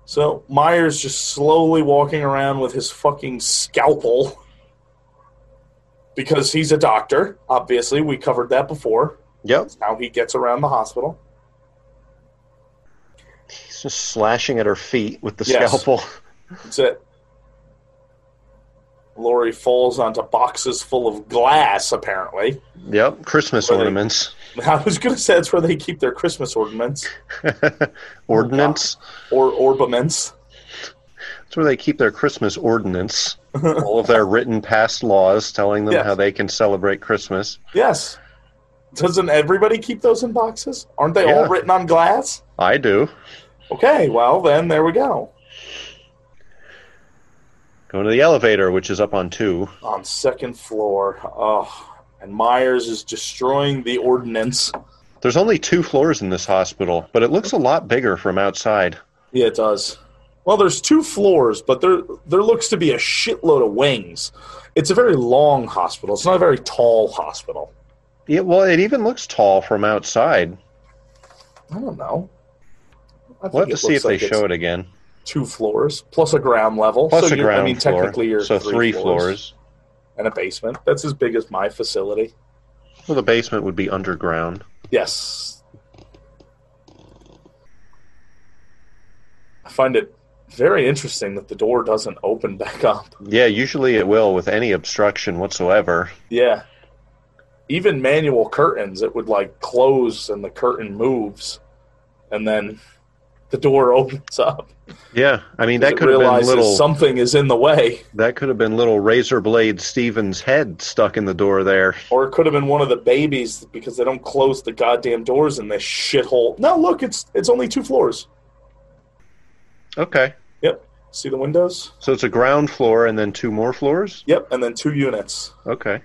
So Myers just slowly walking around with his fucking scalpel because he's a doctor. Obviously, we covered that before.
Yep,
How he gets around the hospital.
he's just slashing at her feet with the
Yes.
scalpel. *laughs*
That's it. Lori falls onto boxes full of glass. Apparently, *laughs*
Yep, Christmas
Really?
ornaments. *laughs*
I was going to say that's where they keep their Christmas ornaments Oh,
ordnance.
or orbaments.
That's where they keep their
*laughs*
Christmas ordinance. All of their written past laws telling them
Yes.
how they can celebrate Christmas.
Yes. Doesn't everybody keep those in boxes? Aren't they all
Yeah.
written on glass?
I do.
Okay, well then there we go.
Go to the elevator, which is up on two.
On second floor. Oh, and Myers is destroying the ordinance.
There's only two floors in this hospital, but it looks a lot bigger from outside.
Yeah, it does. Well, there's two floors, but there there looks to be a shitload of wings. It's a very long hospital. It's not a very tall hospital.
Yeah, well, it even looks tall from outside.
I don't know. I
We'll have to
think
see
looks
if they
like it's
show it again.
Two floors plus a ground level.
Plus
so
a
you're-
ground
I mean,
floor,
technically you're
so three floors.
and a basement. That's as big as my facility.
Well, the basement would be underground.
Yes. I find it very interesting that the door doesn't open back up.
Yeah, usually it will with any obstruction whatsoever.
Yeah. Even manual curtains, it would like close and the curtain moves and then the door *laughs* opens up.
Yeah, I mean that
It
could have been
realizes
little.
something is in the way.
That could have been little razor blade Steven's head stuck in the door there.
Or it could have been one of the babies because they don't close the goddamn doors in this shithole. No, look, it's it's only two floors.
Okay.
Yep. See the windows?
So it's a ground floor and then two more floors?
Yep, and then two units.
Okay.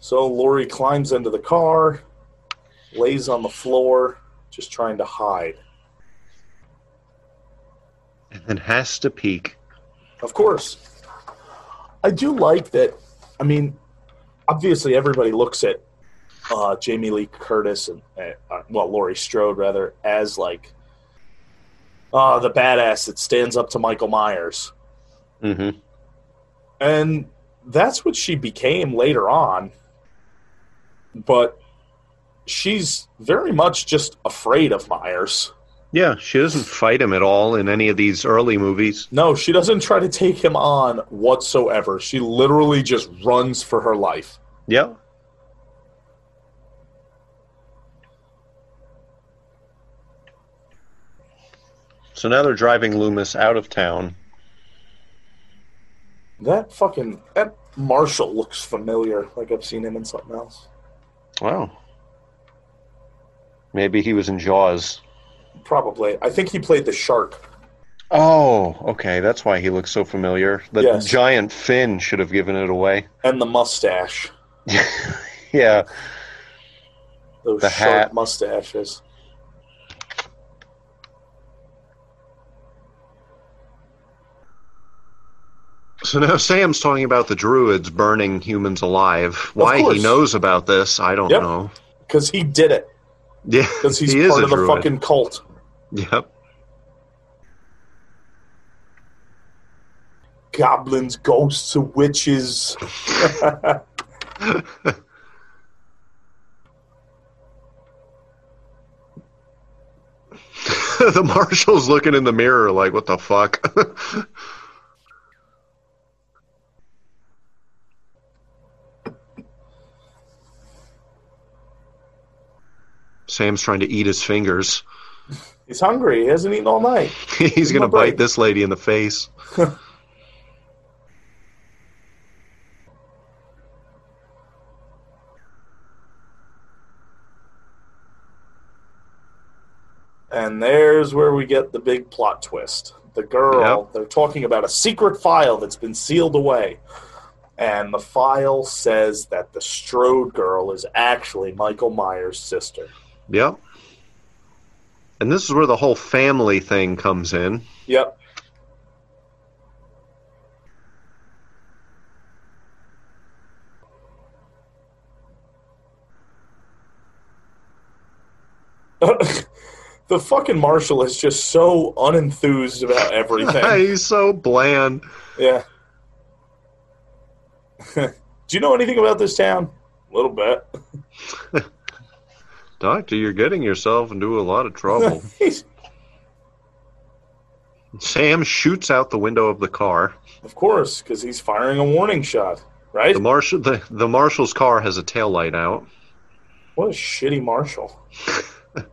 So Lori climbs into the car, lays on the floor, just trying to hide.
And then has to peek.
Of course. I do like that. I mean, obviously, everybody looks at uh, Jamie Lee Curtis and, uh, well, Lori Strode, rather, as like uh, the badass that stands up to Michael Myers.
Mm-hmm.
And that's what she became later on. But she's very much just afraid of Myers.
Yeah, she doesn't fight him at all in any of these early movies.
No, she doesn't try to take him on whatsoever. She literally just runs for her life.
Yeah. So now they're driving Loomis out of town.
That fucking that Marshall looks familiar, like I've seen him in something else.
Wow. Maybe he was in Jaws.
Probably. I think he played the shark.
Oh, okay. That's why he looks so familiar. The
Yes.
giant fin should have given it away.
And the mustache.
Yeah.
Those
The
shark
hat.
mustaches.
So now Sam's talking about the druids burning humans alive. Why he
course.
knows about this, I don't
Yep.
know.
Because he did it. *laughs*
Yeah,
Because he's
he is
part
a
of the
druid.
fucking cult.
Yep. *laughs*
Goblins, ghosts,
*laughs*
witches.
the marshal's looking in the mirror like, what the fuck? *laughs* Sam's trying to eat his fingers. *laughs*
He's hungry. He hasn't eaten all night.
He's
Give him
going to
a break.
bite this lady in the face.
And there's where we get the big plot twist. The girl, they're talking about a secret file that's been sealed away. And the file says that the Strode girl is actually Michael Myers' sister.
Yep. And this is where the whole family thing comes in.
Yep. *laughs* the fucking marshal is just so unenthused about
*laughs*
everything.
He's so bland.
yeah. *laughs* Do you know anything about this town? A little bit.
Doctor, you're getting yourself into a lot of trouble.
*laughs* He's-
Sam shoots out the window of the car.
of course, because he's firing a warning shot, right?
The marshal, the, the marshal's car has a taillight out.
What a shitty marshal. *laughs* and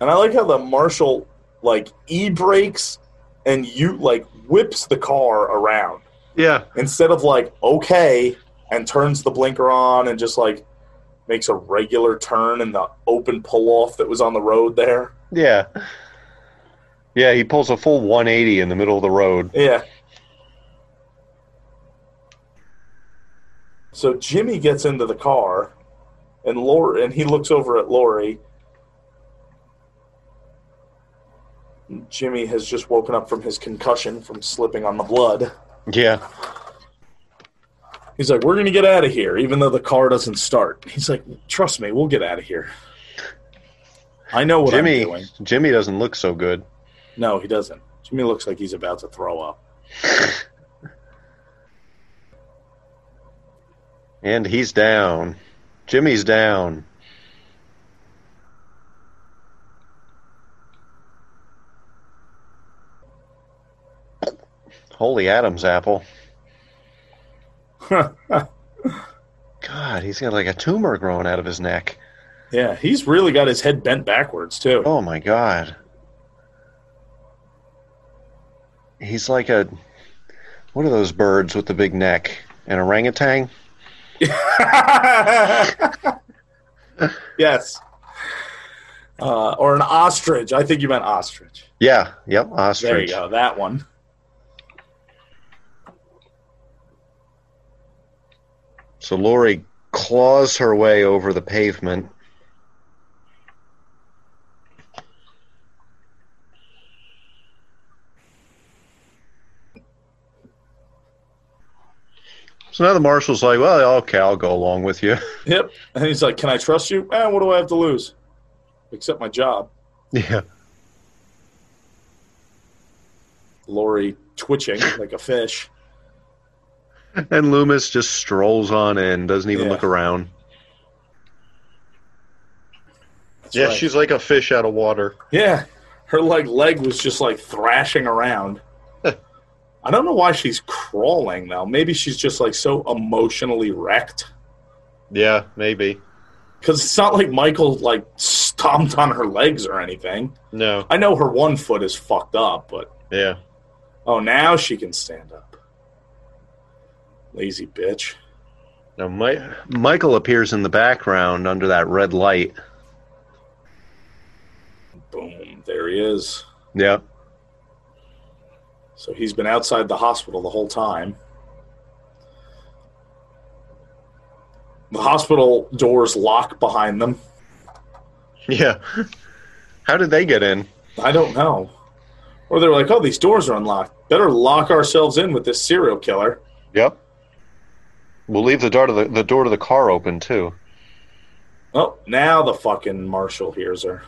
I like how the marshal like e brakes and you like whips the car around
Yeah,
instead of like okay and turns the blinker on and just like makes a regular turn in the open pull off that was on the road there.
yeah, yeah. He pulls a full 180 in the middle of the road.
Yeah. So Jimmy gets into the car, and Lori, and he looks over at Lori. Jimmy has just woken up from his concussion from slipping on the blood.
Yeah,
He's like, "We're gonna get out of here," even though the car doesn't start. He's like, "Trust me, we'll get out of here." I know what I'm
Jimmy.
doing.
Jimmy doesn't look so good.
No, he doesn't. Jimmy looks like he's about to throw up.
And he's down. Jimmy's down. Holy
*laughs*
Adam's apple. God, he's got like a tumor growing out of his neck.
Yeah, he's really got his head bent backwards too.
Oh my god. He's like a. What are those birds with the big neck? An orangutan?
*laughs* yes. Uh, or an ostrich. I think you meant ostrich.
Yeah, yep, ostrich.
There you go. That one.
So Lori claws her way over the pavement. So now the marshal's like, well, okay, I'll go along with you. *laughs*
Yep. And he's like, "Can I trust you? Eh, what do I have to lose? Except my job."
Yeah.
Lori twitching like a fish.
And Loomis just strolls on in, doesn't even
Yeah.
look around.
That's
yeah,
right.
she's like a fish out of water.
Yeah, her like leg was just like thrashing around. I don't know why she's crawling though. Maybe she's just like so emotionally wrecked.
Yeah, maybe.
Because it's not like Michael like stomped on her legs or anything.
No.
I know her one foot is fucked up, but
Yeah.
oh, now she can stand up. Lazy bitch.
Now, Mi- Michael appears in the background under that red light.
Boom. There he is.
Yeah.
So he's been outside the hospital the whole time. The hospital doors lock behind them.
Yeah. *laughs* How did they get in?
I don't know. Or they're like, oh, these doors are unlocked. Better lock ourselves in with this serial killer.
Yep. We'll leave the door to the, the door to the car open too.
Oh, now the fucking marshal hears her.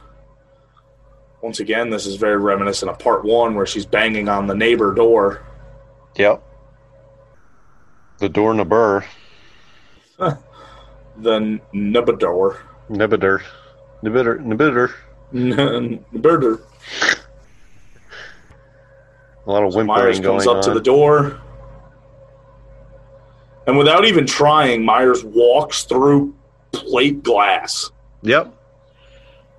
Once again, this is very reminiscent of part one where she's banging on the neighbor door.
Yep. The door Nabur.
The n- neighbor door. *laughs*
Nibiter. Nibiter. Nibiter.
Neighbor.
A lot of
Myers
whimpering
comes
going
up
on.
to the door. And without even trying, Myers walks through plate glass.
Yep.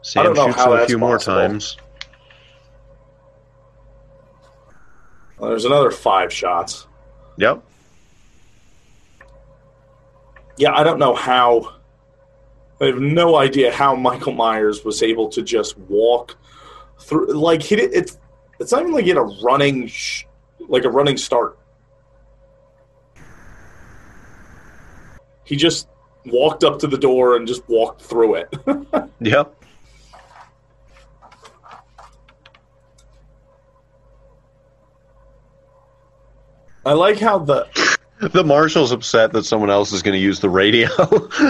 Sam
don't know
shoots
how
him a
that's
few more
possible.
times.
Well, there's another five shots.
Yep.
yeah, I don't know how. I have no idea how Michael Myers was able to just walk through. Like he, did, it's it's not even like he had a running, sh- like a running start. He just walked up to the door and just walked through it. *laughs*
Yep.
I like how the
The marshal's upset that someone else is going to use the radio.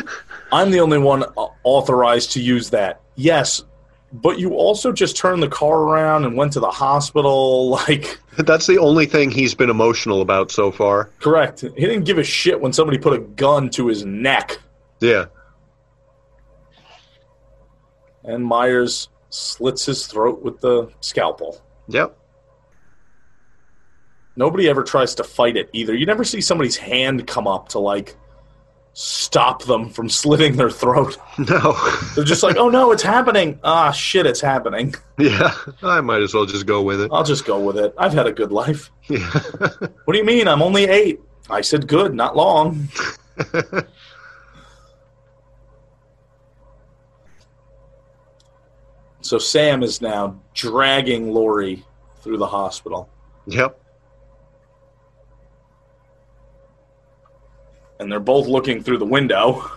*laughs*
I'm the only one uh, authorized to use that. Yes, but you also just turned the car around and went to the hospital. *laughs* Like.
that's the only thing he's been emotional about so far.
Correct. He didn't give a shit when somebody put a gun to his neck.
Yeah.
And Myers slits his throat with the scalpel.
Yep. *laughs*
Nobody ever tries to fight it either. You never see somebody's hand come up to like stop them from slitting their throat.
No. *laughs*
They're just like, "Oh no, it's happening. Ah, shit, it's happening.
yeah. I might as well just go with it.
I'll just go with it. I've had a good life."
Yeah. *laughs*
What do you mean? I'm only 8. I said good, not
*laughs*
long. so Sam is now dragging Lori through the hospital.
yep.
and they're both looking through the window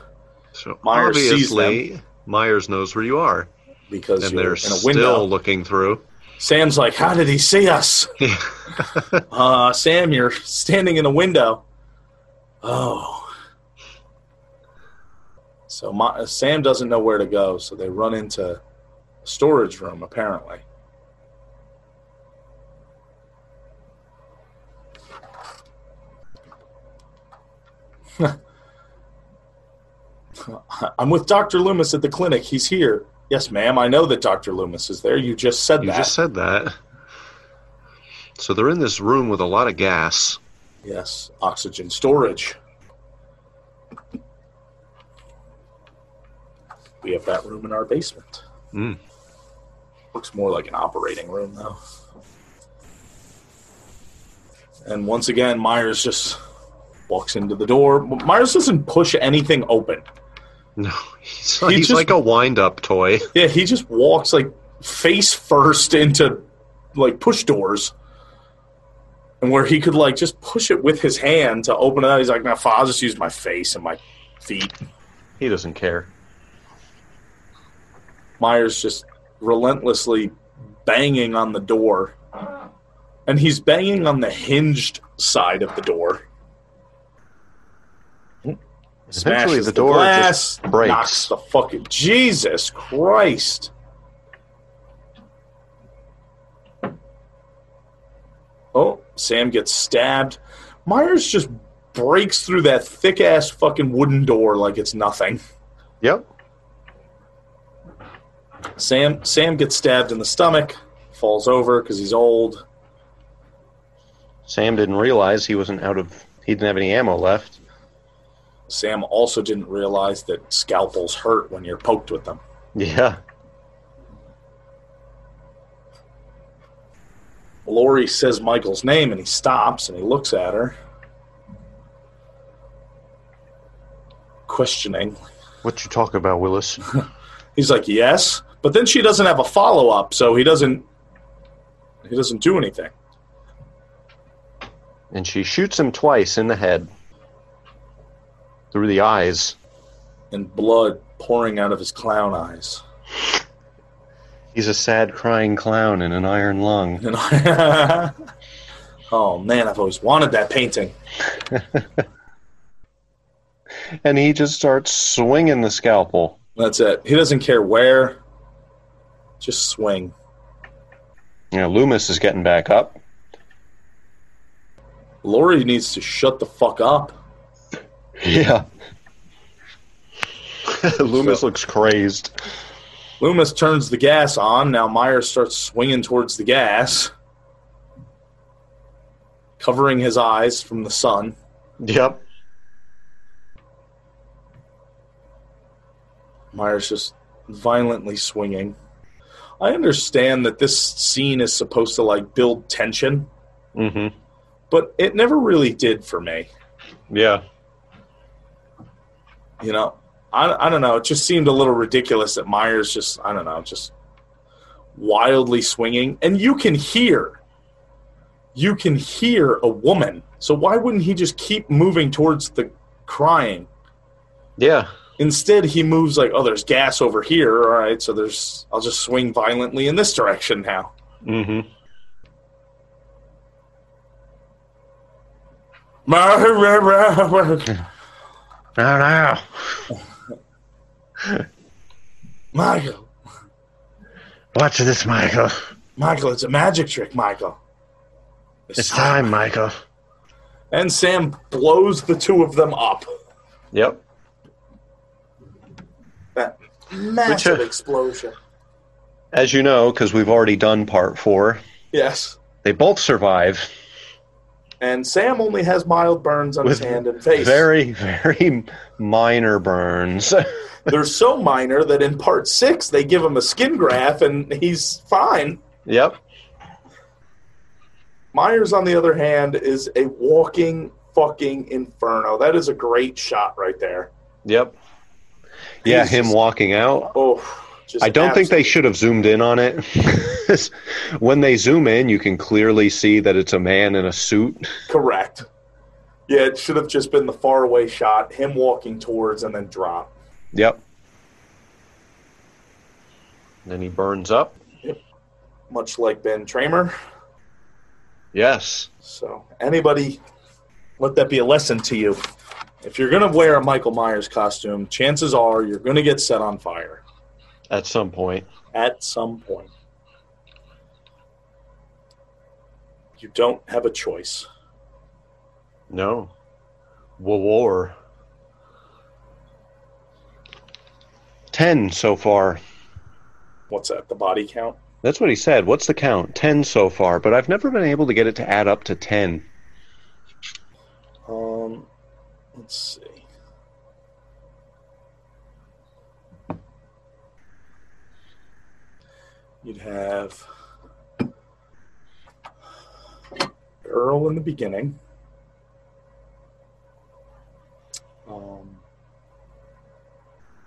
So
Myers sees
obviously, Myers knows where you are,
because
and
you're
they're
in a
still
window.
looking through. *laughs*
Sam's like, "How did he see us?" uh, Sam, you're standing in the window. Oh, so my, Sam doesn't know where to go, so they run into a storage room apparently. *laughs* I'm with Dr. Loomis at the clinic. He's here. Yes, ma'am. I know that Dr. Loomis is there. You just said
You
that.
just said that. So they're in this room with a lot of gas. *laughs*
Yes, oxygen storage. We have that room in our basement.
Mm.
Looks more like an operating room, though. And once again, Myers just walks into the door. Myers doesn't push anything open.
No, he's,
He
he's
just-
like a wind-up toy.
Yeah, he just walks like face first into like push doors. And where he could like just push it with his hand to open it up, he's like, "No, I'll just use my face and my feet."
He doesn't care.
Myers just relentlessly banging on the door, and he's banging on the hinged side of the door.
Eventually,
Smashes
the door
glass,
just breaks.
knocks the fucking Jesus Christ. Oh, Sam gets stabbed. Myers just breaks through that thick ass fucking wooden door like it's nothing.
Yep.
Sam Sam gets stabbed in the stomach, falls over because he's old.
Sam didn't realize he wasn't out of. He didn't have any ammo left.
Sam also didn't realize that scalpels hurt when you're poked with them.
Yeah.
Lori says Michael's name and he stops and he looks at her. Questioning.
What you talking about, Willis?
He's like, "Yes." But then she doesn't have a follow-up, so he doesn't he doesn't do anything.
and she shoots him twice in the head through the eyes.
And blood pouring out of his clown eyes. *laughs*
He's a sad, crying clown in an iron lung.
And I, oh man, I've always wanted that painting.
And he just starts swinging the scalpel.
That's it. He doesn't care where. Just swing.
You know, Loomis is getting back up. *laughs*
Lori needs to shut the fuck up.
Yeah. *laughs* Loomis looks crazed.
Loomis turns the gas on. Now Myers starts swinging towards the gas, covering his eyes from the sun.
Yep.
Myers just violently swinging. I understand that this scene is supposed to like build tension,
hmm
but it never really did for me.
Yeah.
You know, I, I don't know. It just seemed a little ridiculous that Myers just, I don't know, just wildly swinging. And you can hear, you can hear a woman. So why wouldn't he just keep moving towards the crying?
Yeah.
Instead, he moves like, oh, there's gas over here. All right, so there's, I'll just swing violently in this direction now. *laughs*
hmm No, no.
Michael,
Watch this, Michael.
Michael, it's a magic trick, Michael.
Michael.
And Sam blows the two of them up.
Yep.
That massive
Which, uh,
explosion.
As you know, because we've already done part four,
Yes.
they both survive.
And Sam only has mild burns on his
With
hand and face.
Very, *laughs* very minor burns. *laughs*
They're so minor that in part six they give him a skin graft and he's fine.
yep.
Myers, on the other hand, is a walking fucking inferno. That is a great shot right there.
Yep. Yeah,
He's
him
just-
walking out.
Oh, just
I don't think they
absolute-
should have zoomed in on it. *laughs* when they zoom in, you can clearly see that it's a man in a suit.
Correct. Yeah, it should have just been the faraway shot, him walking towards and then drop.
Yep. Then he burns up.
Much like Ben Tramer.
Yes.
So, anybody, let that be a lesson to you. If you're going to wear a Michael Myers costume, chances are you're going to get set on fire
At some point.
at some point. You don't have a choice.
No. War. Ten so far.
What's that? The body count?
That's what he said. What's the count? Ten so far, but I've never been able to get it to add up to ten.
Um, let's see. You'd have Earl in the beginning. Um,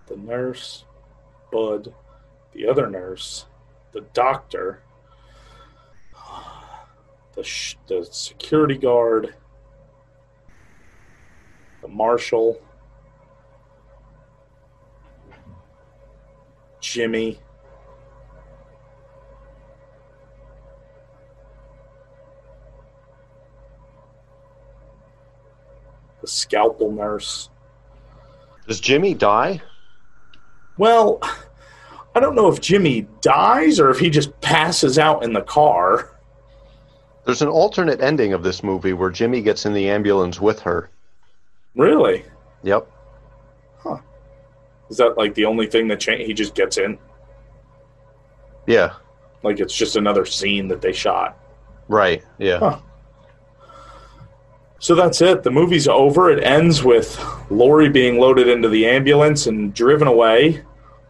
the nurse, Bud, the other nurse, the doctor, the, sh- the security guard, the marshal, Jimmy, the scalpel nurse.
Does Jimmy die?
Well, I don't know if Jimmy dies or if he just passes out in the car.
There's an alternate ending of this movie where Jimmy gets in the ambulance with her.
Really?
Yep.
Is that like the only thing that changed? He just gets in.
Yeah.
Like it's just another scene that they shot.
Right. Yeah.
Huh. So that's it. The movie's over. It ends with Lori being loaded into the ambulance and driven away,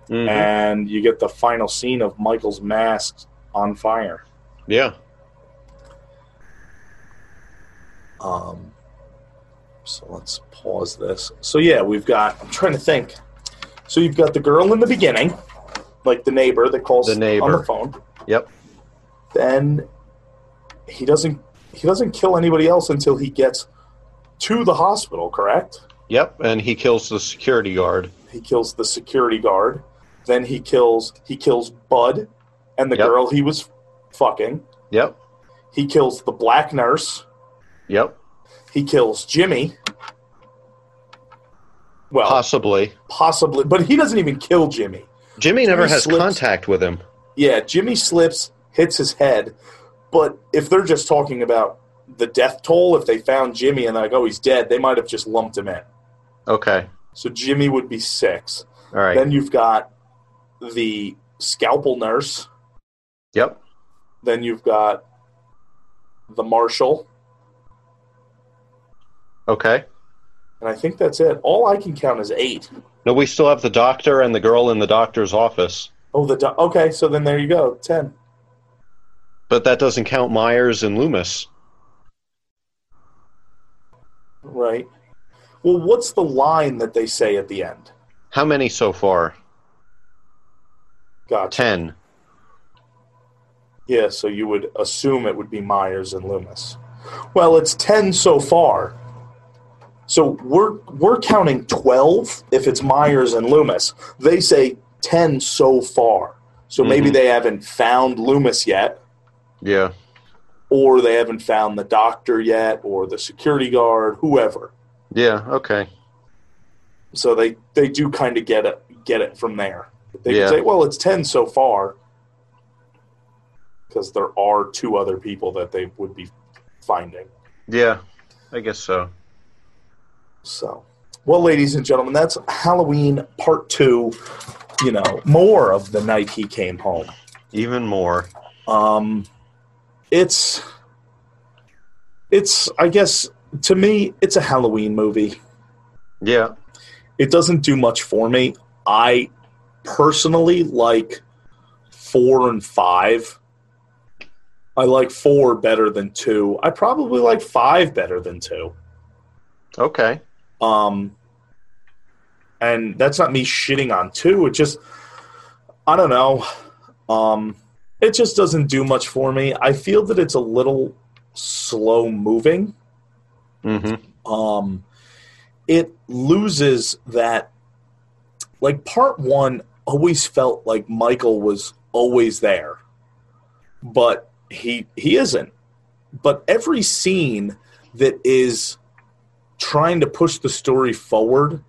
Mhm.
and you get the final scene of Michael's mask on fire.
Yeah.
Um, so let's pause this. So yeah, we've got. I'm trying to think. So you've got the girl in the beginning, like the neighbor that calls
The neighbor.
on the phone.
Yep.
Then he doesn't. He doesn't kill anybody else until he gets to the hospital. Correct.
Yep. And he kills the security guard.
He kills the security guard. Then he kills. He kills Bud, and the
Yep.
girl he was fucking.
Yep.
He kills the black nurse.
Yep.
He kills Jimmy. Well,
Possibly.
possibly, but he doesn't even kill Jimmy.
Jimmy never
Jimmy
has
slips.
contact with him.
Yeah, Jimmy slips, hits his head. But if they're just talking about the death toll, if they found Jimmy and like, oh, he's dead, they might have just lumped him in.
Okay.
So Jimmy would be six.
All right.
Then you've got the scalpel nurse.
yep.
Then you've got the marshal.
Okay.
And I think that's it. All I can count is eight.
No, we still have the doctor and the girl in the doctor's office,
Oh, the do- okay. So then there you go, ten.
but that doesn't count Myers and Loomis.
Right. Well, what's the line that they say at the end?
How many so far?
Gotcha.
Ten.
Yeah, so you would assume it would be Myers and Loomis. Well, it's 10 so far. So we're we're counting 12 if it's Myers and Loomis. They say 10 so far. So maybe
Mhm.
they haven't found Loomis yet
Yeah.
or they haven't found the doctor yet or the security guard, whoever.
Yeah. Okay.
So they they do kind of get it get it from there. But They
Yeah.
can say, well, it's 10 so far because there are two other people that they would be finding.
Yeah. I guess so.
So, well, ladies and gentlemen, that's Halloween part two. You know, more of the night he came home.
Even more.
Um, it's, it's, I guess, to me, it's a Halloween movie.
Yeah.
It doesn't do much for me. I personally like four and five. I like four better than two. I probably like five better than two.
Okay.
Um, and that's not me shitting on two. It just, I don't know. Um, it just doesn't do much for me. I feel that it's a little slow moving.
Mm-hmm.
Um, it loses that, like, part one always felt like Michael was always there, but he he isn't. But every scene that is trying to push the story forward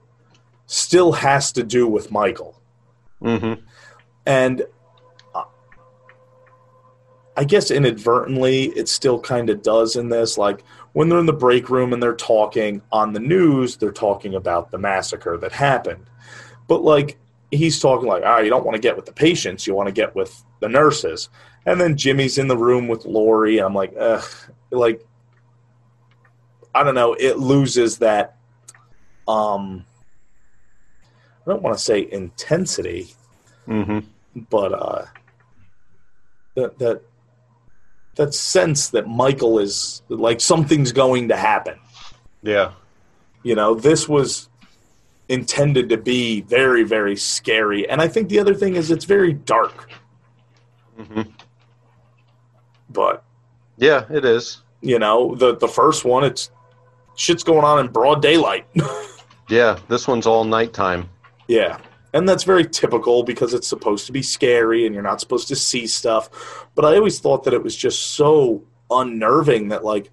still has to do with Michael.
Mm-hmm.
And uh, I guess inadvertently, it still kind of does in this. Like when they're in the break room and they're talking on the news, they're talking about the massacre that happened. But like he's talking like, ah, you don't want to get with the patients, you want to get with the nurses. And then Jimmy's in the room with Lori, and I'm like, ugh, like I don't know. It loses that. Um, I don't want to say intensity
Mm-hmm.
but uh, that that that sense that Michael is like something's going to happen.
Yeah.
You know, this was intended to be very very scary, and I think the other thing is it's very dark.
Mm-hmm.
But
Yeah. It is.
you know, the the first one, it's shit's going on in broad daylight.
Yeah. This one's all nighttime.
Yeah. And that's very typical because it's supposed to be scary and you're not supposed to see stuff. But I always thought that it was just so unnerving that like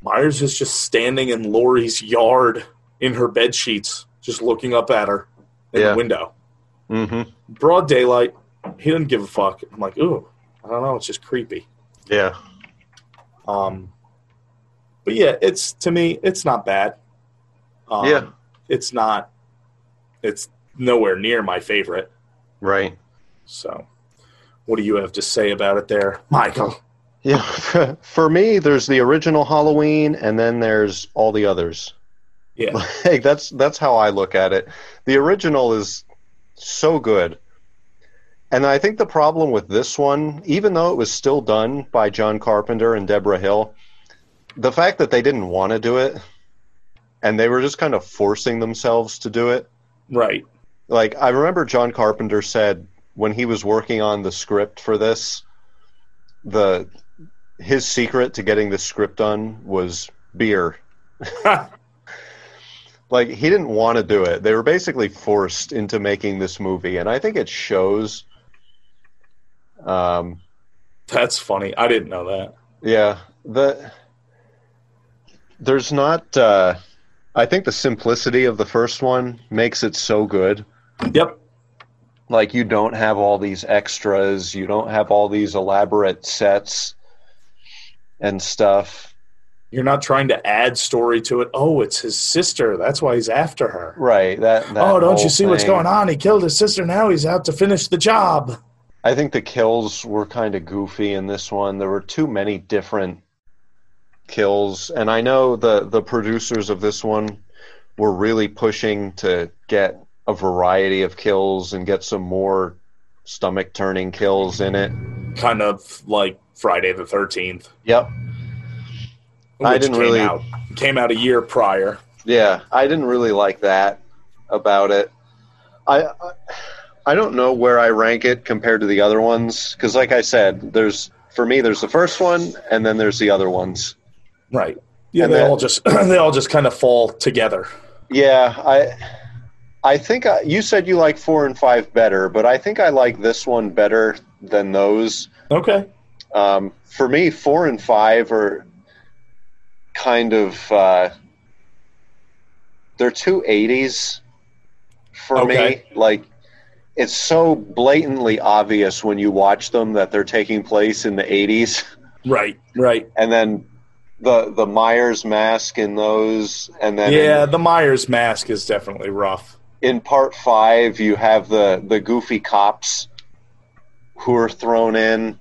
Myers is just standing in Lori's yard in her bed sheets, just looking up at her in
Yeah.
the window.
Mm-hmm.
Broad daylight. He didn't give a fuck. I'm like, ooh, I don't know, it's just creepy.
Yeah.
Um but yeah, it's to me, it's not bad. Um,
Yeah.
It's not it's nowhere near my favorite.
Right.
So, What do you have to say about it there, Michael?
Yeah, *laughs* for me, there's the original Halloween, and then there's all the others. *laughs*
Yeah.
Like that's that's how I look at it. The original is so good, and I think the problem with this one, even though it was still done by John Carpenter and Deborah Hill, the fact that they didn't want to do it, and they were just kind of forcing themselves to do it.
Right.
Like I remember John Carpenter said when he was working on the script for this, the his secret to getting the script done was beer. like he didn't want to do it. They were basically forced into making this movie, and I think it shows. Um,
That's funny. I didn't know that.
yeah, the there's not. Uh, I think the simplicity of the first one makes it so good.
Yep.
Like you don't have all these extras, you don't have all these elaborate sets and stuff.
You're not trying to add story to it. Oh, it's his sister. That's why he's after her.
Right. That. that
oh, don't
whole
you see what's
thing.
going on? He killed his sister. Now he's out to finish the job.
I think the kills were kind of goofy in this one. There were too many different kills, and I know the the producers of this one were really pushing to get a variety of kills and get some more stomach turning kills in it.
Kind of like Friday the 13th.
Yep. I
which
didn't
came
really-
Out, came out a year prior.
Yeah, I didn't really like that about it. I I- I don't know where I rank it compared to the other ones because, like I said, there's for me there's the first one and then there's the other ones.
Right. Yeah,
And
they
that-
all just *clears throat* they all just kind of fall together.
Yeah, I I think I, you said you like four and five better, but I think I like this one better than those.
Okay.
Um, for me, four and five are kind of uh, they're two eighties for
Okay.
me. Like it's so blatantly obvious when you watch them that they're taking place in the eighties,
Right. Right.
and then the the Myers mask in those, and then in-
yeah, the Myers mask is definitely rough.
in part five you have the the goofy cops who are thrown in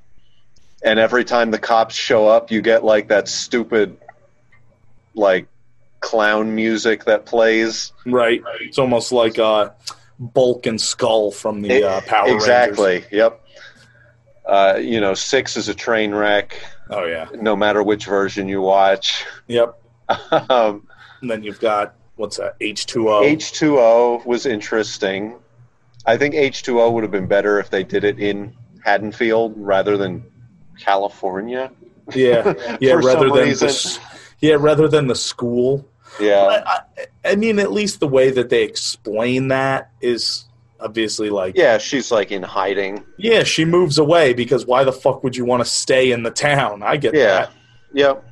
and every time the cops show up you get like that stupid like clown music that plays
Right. It's almost like uh, Bulk and Skull from the uh, Power Rangers.
E, exactly yep uh, you know six is a train wreck
Oh yeah.
no matter which version you watch *laughs*
Yep.
um,
And then you've got what's that? H two O.
h2o was interesting i think h2o would have been better if they did it in haddonfield rather than california
*laughs*
*laughs*
Yeah. Yeah.
For some
rather than the,
reason.
s- yeah, rather than the school.
Yeah,
But I, I mean, at least the way that they explain that is obviously like
yeah, she's like in hiding.
Yeah, she moves away because why the fuck would you want to stay in the town? I get
Yeah, yep.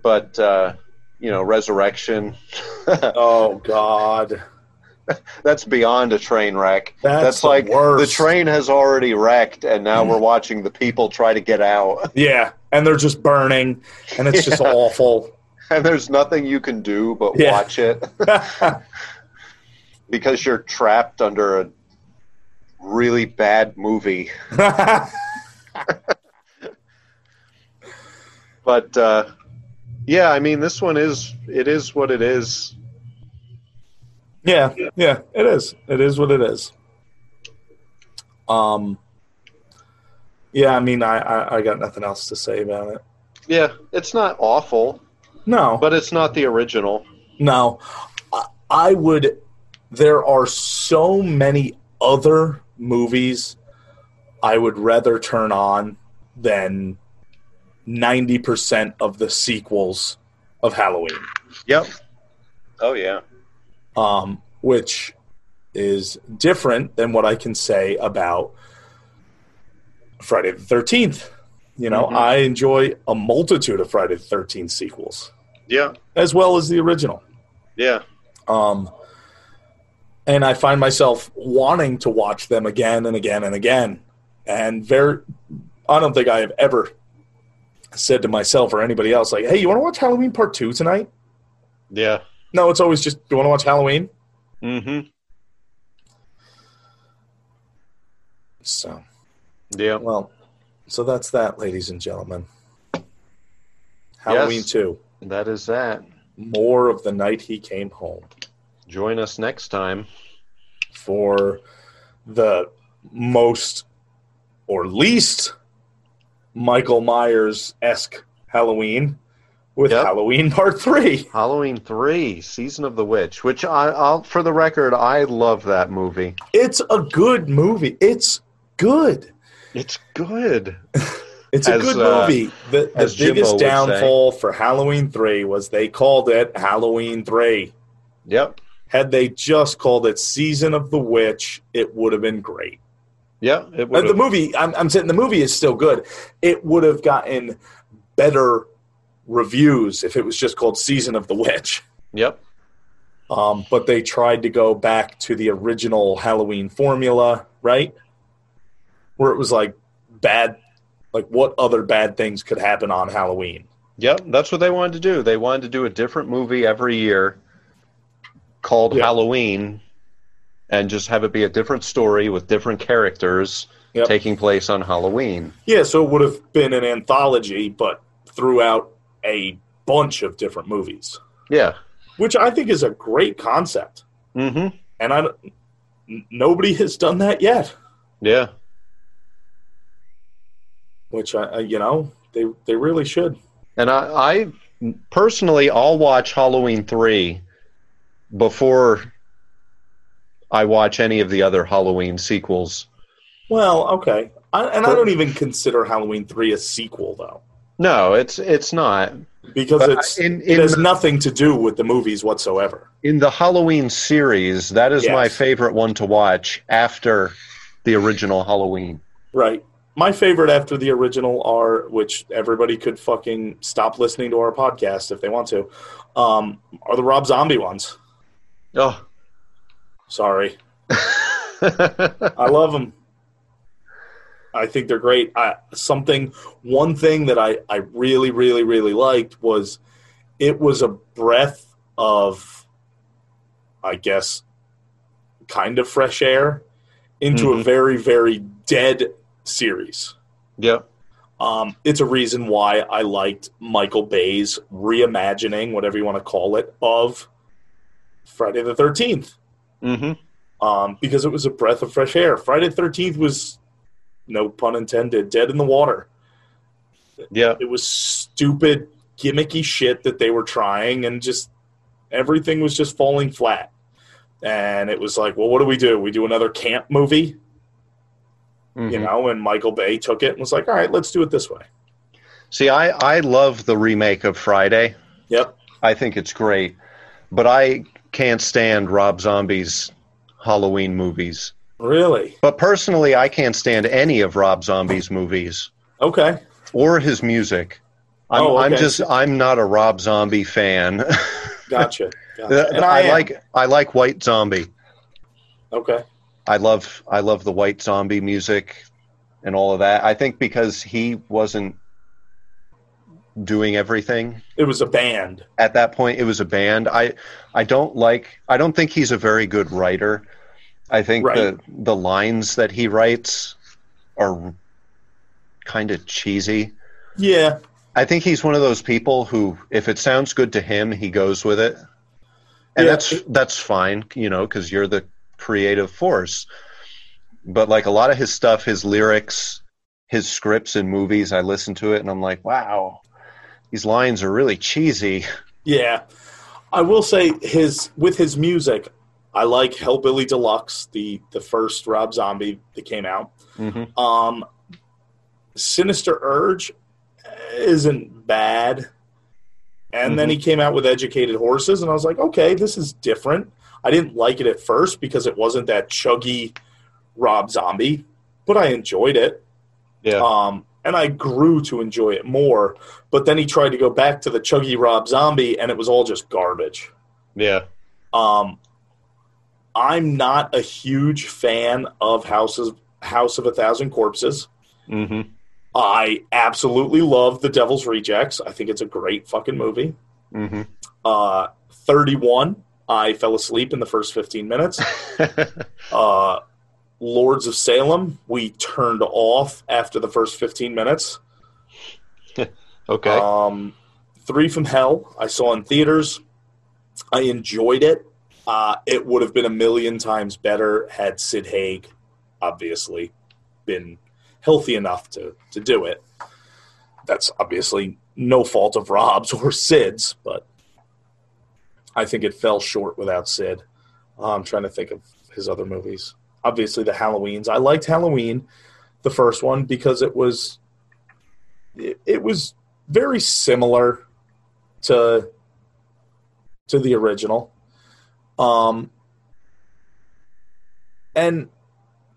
But uh, you know, resurrection. *laughs*
that. Oh god.
That's beyond a train wreck.
That's
That's,
the
like
worst.
the train has already wrecked, and now
*clears throat*
we're watching the people try to get out,
Yeah, and they're just burning and it's just
*laughs* Yeah.
awful. *laughs*
and there's nothing you can do but
Yeah.
watch it because you're trapped under a really bad movie. But uh, yeah, I mean, this one is it is what it is.
yeah, yeah, it is. It is what it is. Um Yeah, I mean I I, I got nothing else to say about it.
Yeah, it's not awful,
No.
but it's not the original.
Now, I- I would. There are so many other movies I would rather turn on than 90% of the sequels of Halloween,
Yep. Oh yeah.
um, which is different than what I can say about Friday the 13th. You know,
Mhm.
I enjoy a multitude of Friday the 13th sequels,
Yeah.
as well as the original.
Yeah.
um, and I find myself wanting to watch them again and again and again. And very, I don't think I have ever said to myself or anybody else like, "Hey, you want to watch Halloween Part Two tonight?"
Yeah.
No, it's always just, "You want to watch Halloween?"
Mm-hmm.
So
Yeah.
Well, so that's that, ladies and gentlemen. Halloween
Yes.
2.
That is that.
More of the night he came home
Join us next time.
for the most or least Michael Myers esque Halloween with
Yep.
Halloween Part 3.
Halloween 3, Season of the Witch, which I, I'll, for the record, I love that movie.
It's a good movie. It's good.
It's good.
It's a
As,
good
uh,
movie. The, the
as Jimbo
biggest
would say.
downfall for Halloween 3 was they called it Halloween 3.
Yep.
Had they just called it Season of the Witch, it would have been great.
Yep. It
Uh, the
would've-
movie, I'm, I'm saying the movie is still good. It would have gotten better reviews if it was just called Season of the Witch.
Yep.
Um, but they tried to go back to the original Halloween formula, right? Where it was like bad, like what other bad things could happen on Halloween?
Yep. That's what they wanted to do. They wanted to do a different movie every year called
Yeah.
Halloween and just have it be a different story with different characters
Yep.
taking place on Halloween.
Yeah, so it would have been an anthology, but throughout a bunch of different movies,
Yeah.
which I think is a great concept.
hmm
And I, don't- n- nobody has done that yet.
Yeah.
which I, I you know they they really should.
And I, I personally, I'll watch Halloween 3 before I watch any of the other Halloween sequels.
Well, okay, I, and I
But-
don't even consider Halloween three a sequel though,
No, it's it's not.
because
But
it's
I- in
it
in,
has nothing to do with the movies whatsoever.
in the Halloween series, that is
Yes.
my favorite one to watch after the original Halloween.
Right. My favorite after the original are, which everybody could fucking stop listening to our podcast if they want to, um, are the Rob Zombie ones.
*laughs* Oh.
Sorry, I love them. I think they're great. I, something, one thing that I, I really, really, really liked was it was a breath of, I guess, kind of fresh air into a
Mhm.
very, very dead series.
yep.
Um, it's a reason why I liked Michael Bay's reimagining, whatever you want to call it, of Friday the 13th
hmm
um, because it was a breath of fresh air. Friday the Thirteenth was, no pun intended, dead in the water.
Yeah.
It was stupid, gimmicky shit that they were trying, and just everything was just falling flat. And it was like, well, what do we do? We do another camp movie, you
Mhm.
know? And Michael Bay took it and was like, all right, let's do it this way.
See, I, I love the remake of Friday.
Yep.
I think it's great, but I can't stand Rob Zombie's Halloween movies.
Really?
But personally, I can't stand any of Rob Zombie's movies
Okay.
or his music. I'm,
Oh, okay.
I'm just I'm not a Rob Zombie fan. *laughs*
Gotcha. gotcha.
and I,
am.
like I like White Zombie.
Okay.
I love I love the White Zombie music and all of that. I think because he wasn't doing everything
It was a band.
at that point it was a band i i don't like i don't think he's a very good writer i think
Right.
the the lines that he writes are kind of cheesy
Yeah.
i think he's one of those people who if it sounds good to him he goes with it and
Yeah.
that's that's fine you know cuz you're the creative force but like a lot of his stuff his lyrics his scripts and movies i listen to it and i'm like wow these lines are really cheesy
Yeah, I will say his with his music, I like Hellbilly Deluxe, the the first Rob Zombie that came out.
mm-hmm.
Um, Sinister Urge isn't bad, and then he came out with Educated Horses, and I was like, okay, this is different. I didn't like it at first because it wasn't that chuggy Rob Zombie, but I enjoyed it.
yeah
Um, and I grew to enjoy it more. But then he tried to go back to the chuggy Rob Zombie, and it was all just garbage.
Yeah.
Um, I'm not a huge fan of Houses House of a Thousand Corpses.
hmm
I absolutely love The Devil's Rejects. I think it's a great fucking movie.
hmm
Uh,
Mm-hmm.
31. I fell asleep in the first 15 minutes. Uh, Lords of Salem, we turned off after the first 15 minutes.
*laughs* Okay.
Um, Three from Hell, I saw in theaters. I enjoyed it. Uh, it would have been a million times better had Sid Haig obviously been healthy enough to, to do it. That's obviously no fault of Rob's or Sid's, but I think it fell short without Sid. Uh, I'm trying to think of his other movies. Obviously, the Halloweens. I liked Halloween, the first one, because it was it, it was very similar to to the original. Um, and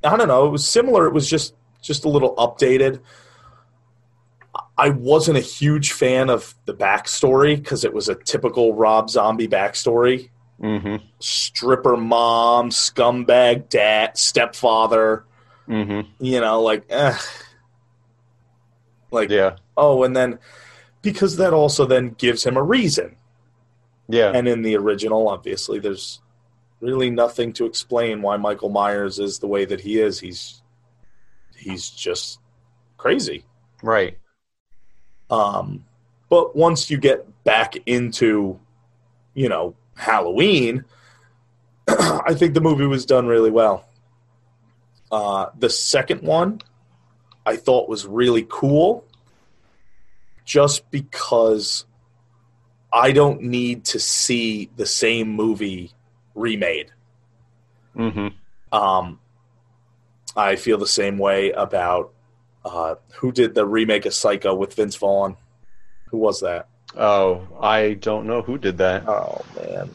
I don't know, it was similar. It was just just a little updated. I wasn't a huge fan of the backstory because it was a typical Rob Zombie backstory
mm-hmm.
stripper mom, scumbag dad, stepfather,
Mm-hmm.
you know, like, eh. like,
Yeah.
oh, and then because that also then gives him a reason.
Yeah.
And in the original, obviously, there's really nothing to explain why Michael Myers is the way that he is. He's he's just crazy.
right.
Um, but once you get back into, you know, Halloween, *clears throat* I think the movie was done really well. Uh, the second one I thought was really cool just because I don't need to see the same movie remade.
Mm-hmm.
Um, I feel the same way about uh, who did the remake of Psycho with Vince Vaughn. Who was that?
Oh, I don't know who did that.
Oh man,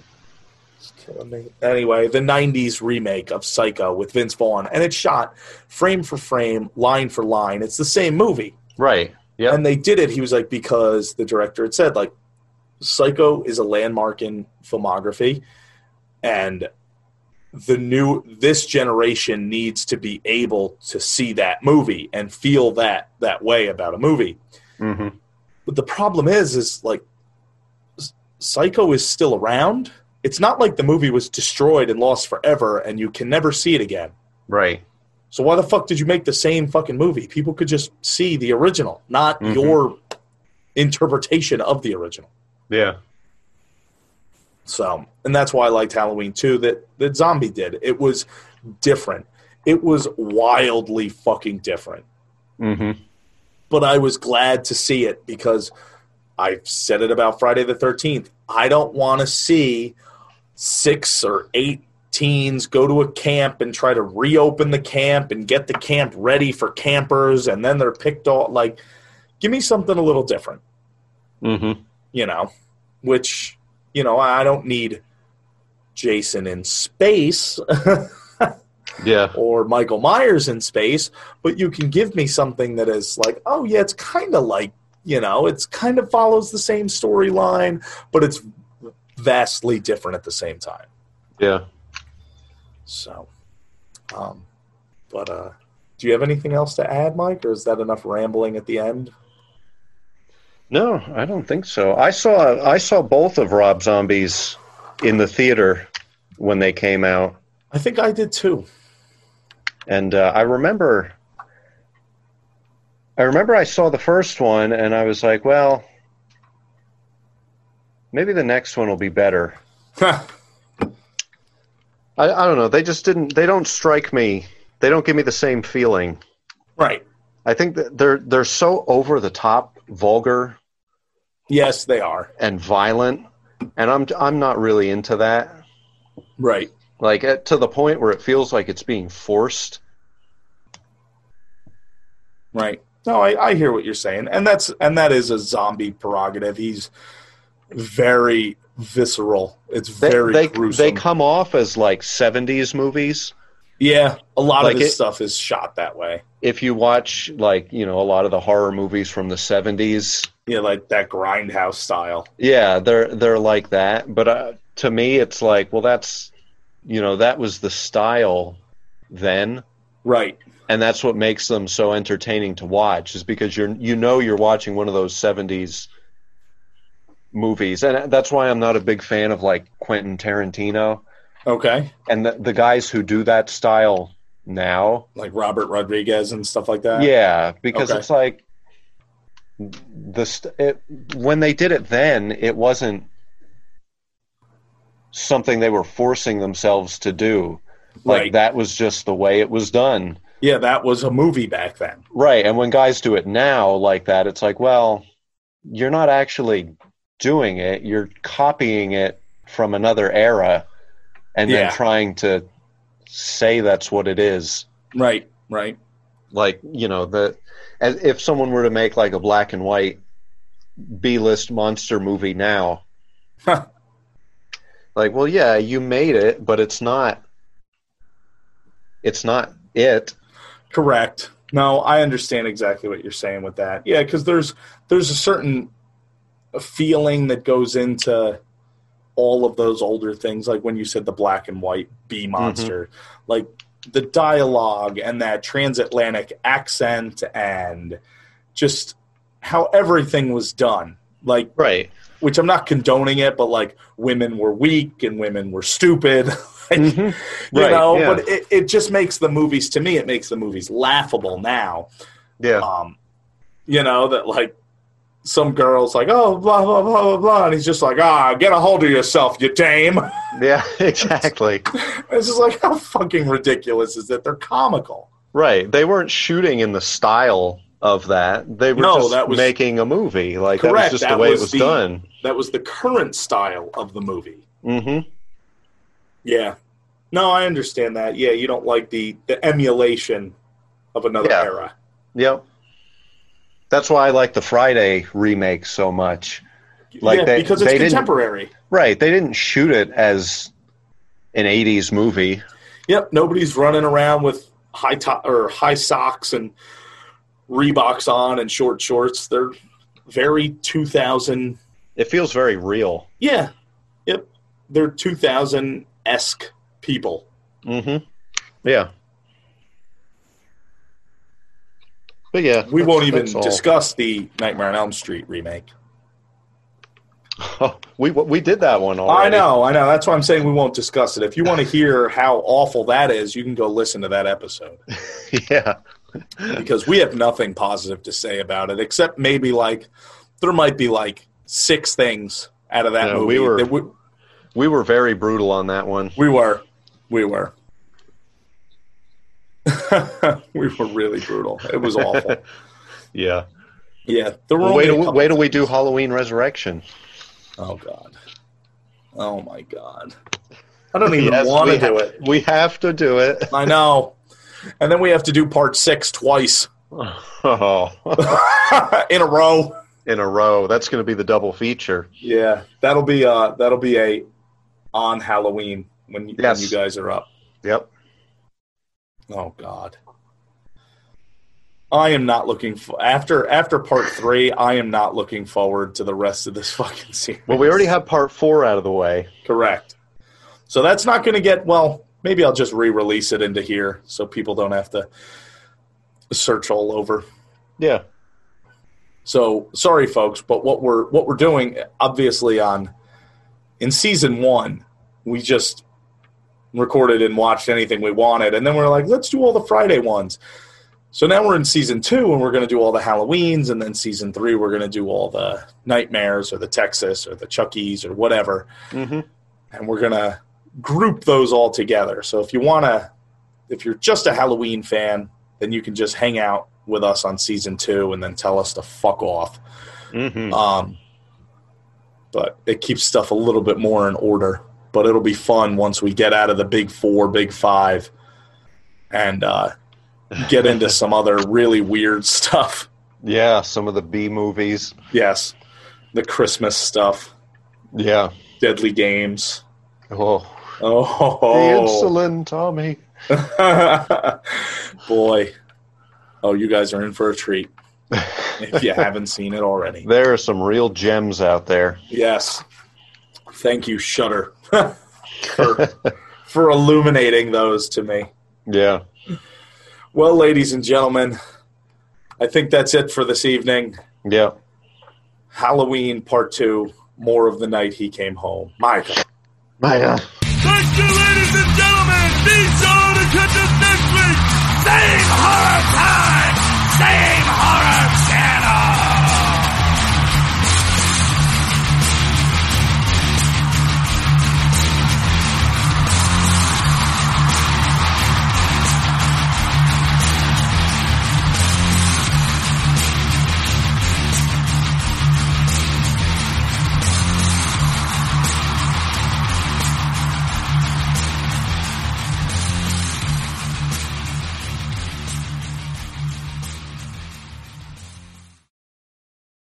it's killing me. Anyway, the '90s remake of Psycho with Vince Vaughn, and it's shot frame for frame, line for line. It's the same movie,
Right. Yep.
and they did it. He was like, because the director had said, like, Psycho is a landmark in filmography, and the new this generation needs to be able to see that movie and feel that that way about a movie.
Mm-hmm.
But the problem is, is like S- Psycho is still around. It's not like the movie was destroyed and lost forever and you can never see it again.
Right.
So why the fuck did you make the same fucking movie? People could just see the original, not
Mhm.
your interpretation of the original.
Yeah.
So, and that's why I liked Halloween too. That that zombie did. It was different. It was wildly fucking different.
Mm-hmm.
but I was glad to see it because I've said it about Friday the 13th. I don't want to see six or eight teens go to a camp and try to reopen the camp and get the camp ready for campers and then they're picked off. Like, give me something a little different,
Mm-hmm.
you know, which, you know, I I don't need Jason in space
Yeah.
or Michael Myers in space, but you can give me something that is like, oh yeah, it's kind of like you know, it's kind of follows the same storyline, but it's vastly different at the same time.
Yeah.
So, um, but uh, do you have anything else to add, Mike, or is that enough rambling at the end?
No, I don't think so. I saw I saw both of Rob Zombie's in the theater when they came out,
I think I did too.
and uh, I remember I remember I saw the first one, and I was like, well, maybe the next one will be better. I, I don't know. They just didn't. They don't strike me. They don't give me the same feeling.
*laughs* right.
I think that they're they're so over the top, vulgar,
Yes, they are.
and violent, and I'm I'm not really into that.
Right.
like at, to the point where it feels like it's being forced.
Right. No, I, I hear what you're saying, and that's and that is a zombie prerogative. He's very visceral. It's
They
very
they,
gruesome.
they come off as like '70s movies.
yeah, a lot
like
of this
it-
stuff is shot that way.
If you watch like you know a lot of the horror movies from the '70s,
Yeah, like that grindhouse style.
yeah, they're they're like that. But uh, to me, it's like, well, that's you know that was the style then,
Right.
and that's what makes them so entertaining to watch is because you're you know you're watching one of those '70s movies, and that's why I'm not a big fan of like Quentin Tarantino.
Okay.
and the, the guys who do that style now.
like Robert Rodriguez and stuff like that.
yeah, because
okay.
it's like the st- it, when they did it then, it wasn't something they were forcing themselves to do. Like
Right.
that was just the way it was done.
yeah, that was a movie back then.
Right. And when guys do it now like that, it's like, well, you're not actually doing it. You're copying it from another era and
Yeah.
then trying to say that's what it is.
Right, right.
Like, you know, the as if someone were to make like a black and white B list monster movie now,
Huh.
like, well, yeah, you made it, but it's not it's not it.
Correct. No, I understand exactly what you're saying with that. Yeah, because there's there's a certain feeling that goes into all of those older things, like when you said the black and white B monster, like the dialogue and that transatlantic accent and just how everything was done. Like
Right.
which I'm not condoning it, but like women were weak and women were stupid. *laughs* like,
Mhm.
*laughs* You
Right,
know,
yeah.
but it, it just makes the movies to me, it makes the movies laughable now.
Yeah.
Um, you know, that like some girl's like, oh, blah, blah, blah, blah, blah. And he's just like, ah, get a hold of yourself, you dame.
*laughs*
*laughs*
Yeah, exactly.
It's just like, how fucking ridiculous is that? They're comical.
Right. They weren't shooting in the style of that. They were
No,
just
that was-
making a movie. Like
Correct,
that was just
that
the way
was
it was
the-
done.
That was the current style of the movie.
hmm
Yeah. No, I understand that. Yeah, you don't like the, the emulation of another
Yeah.
era.
Yep. That's why I like the Friday remake so much. Like
yeah,
they-
because it's
they didn't-
contemporary.
Right. They didn't shoot it as an 80s movie.
Yep, nobody's running around with high top or high socks and Reeboks on and short shorts. They're very 2000.
It feels very real.
Yeah, yep, they're 2000 esque people.
hmm Yeah. But yeah.
We
that's-
won't even
that's all.
discuss the Nightmare on Elm Street remake.
*laughs* we we did that one already.
I know, I know. That's why I'm saying we won't discuss it. If you want to hear how awful that is, you can go listen to that
*laughs*
episode.
*laughs* yeah.
because we have nothing positive to say about it except maybe like there might be like six things out of that
Yeah,
movie
we were-
that we,
We were very brutal on that one.
we were we were *laughs* we were really brutal it was
*laughs*
awful
Yeah.
yeah there were
Well,
only a
wait, till,
couple-
wait till we do Halloween Resurrection.
oh god oh my god i don't even
*laughs* Yes,
want
we
to do
ha-
it
We have to do it.
*laughs* i know and then we have to do part six twice *laughs* in a row
Oh, in a row. That's going to be the double feature.
Yeah, that'll be uh that'll be a on Halloween when, you when
Yes.
you guys are up.
Yep.
Oh God, I am not looking for after after part three. I am not looking forward to the rest of this *laughs* fucking series.
Well, we already have part four out of the way.
correct, so that's not going to get well. Maybe I'll just re-release it into here so people don't have to search all over.
Yeah.
So sorry, folks, but what we're what we're doing, obviously, on in season one, we just recorded and watched anything we wanted, and then we're like, let's do all the Friday ones. So now we're in season two, and we're going to do all the Halloweens, and then season three, we're going to do all the nightmares or the Texas or the Chuckies or whatever,
Mm-hmm.
and we're going to group those all together. So if you want to, if you're just a Halloween fan, then you can just hang out with us on season two, and then tell us to fuck off.
Mm-hmm.
Um, but it keeps stuff a little bit more in order. But it'll be fun once we get out of the big four, big five, and uh, get into some other really weird stuff.
Yeah. Some of the B movies.
Yes, the Christmas stuff,
Yeah.
Deadly Games.
Oh.
Oh, *laughs*
The insulin, Tommy.
boy! Oh, you guys are in for a treat if you haven't seen it already.
There are some real gems out there.
Yes. Thank you, Shutter, *laughs* for, for illuminating those to me.
Yeah.
Well, ladies and gentlemen, I think that's it for this evening.
Yeah.
Halloween Part Two. More of the night he came home. Michael.
Bye.
Thank you, ladies and gentlemen. Be sure to catch us next week Same horror time! Same horror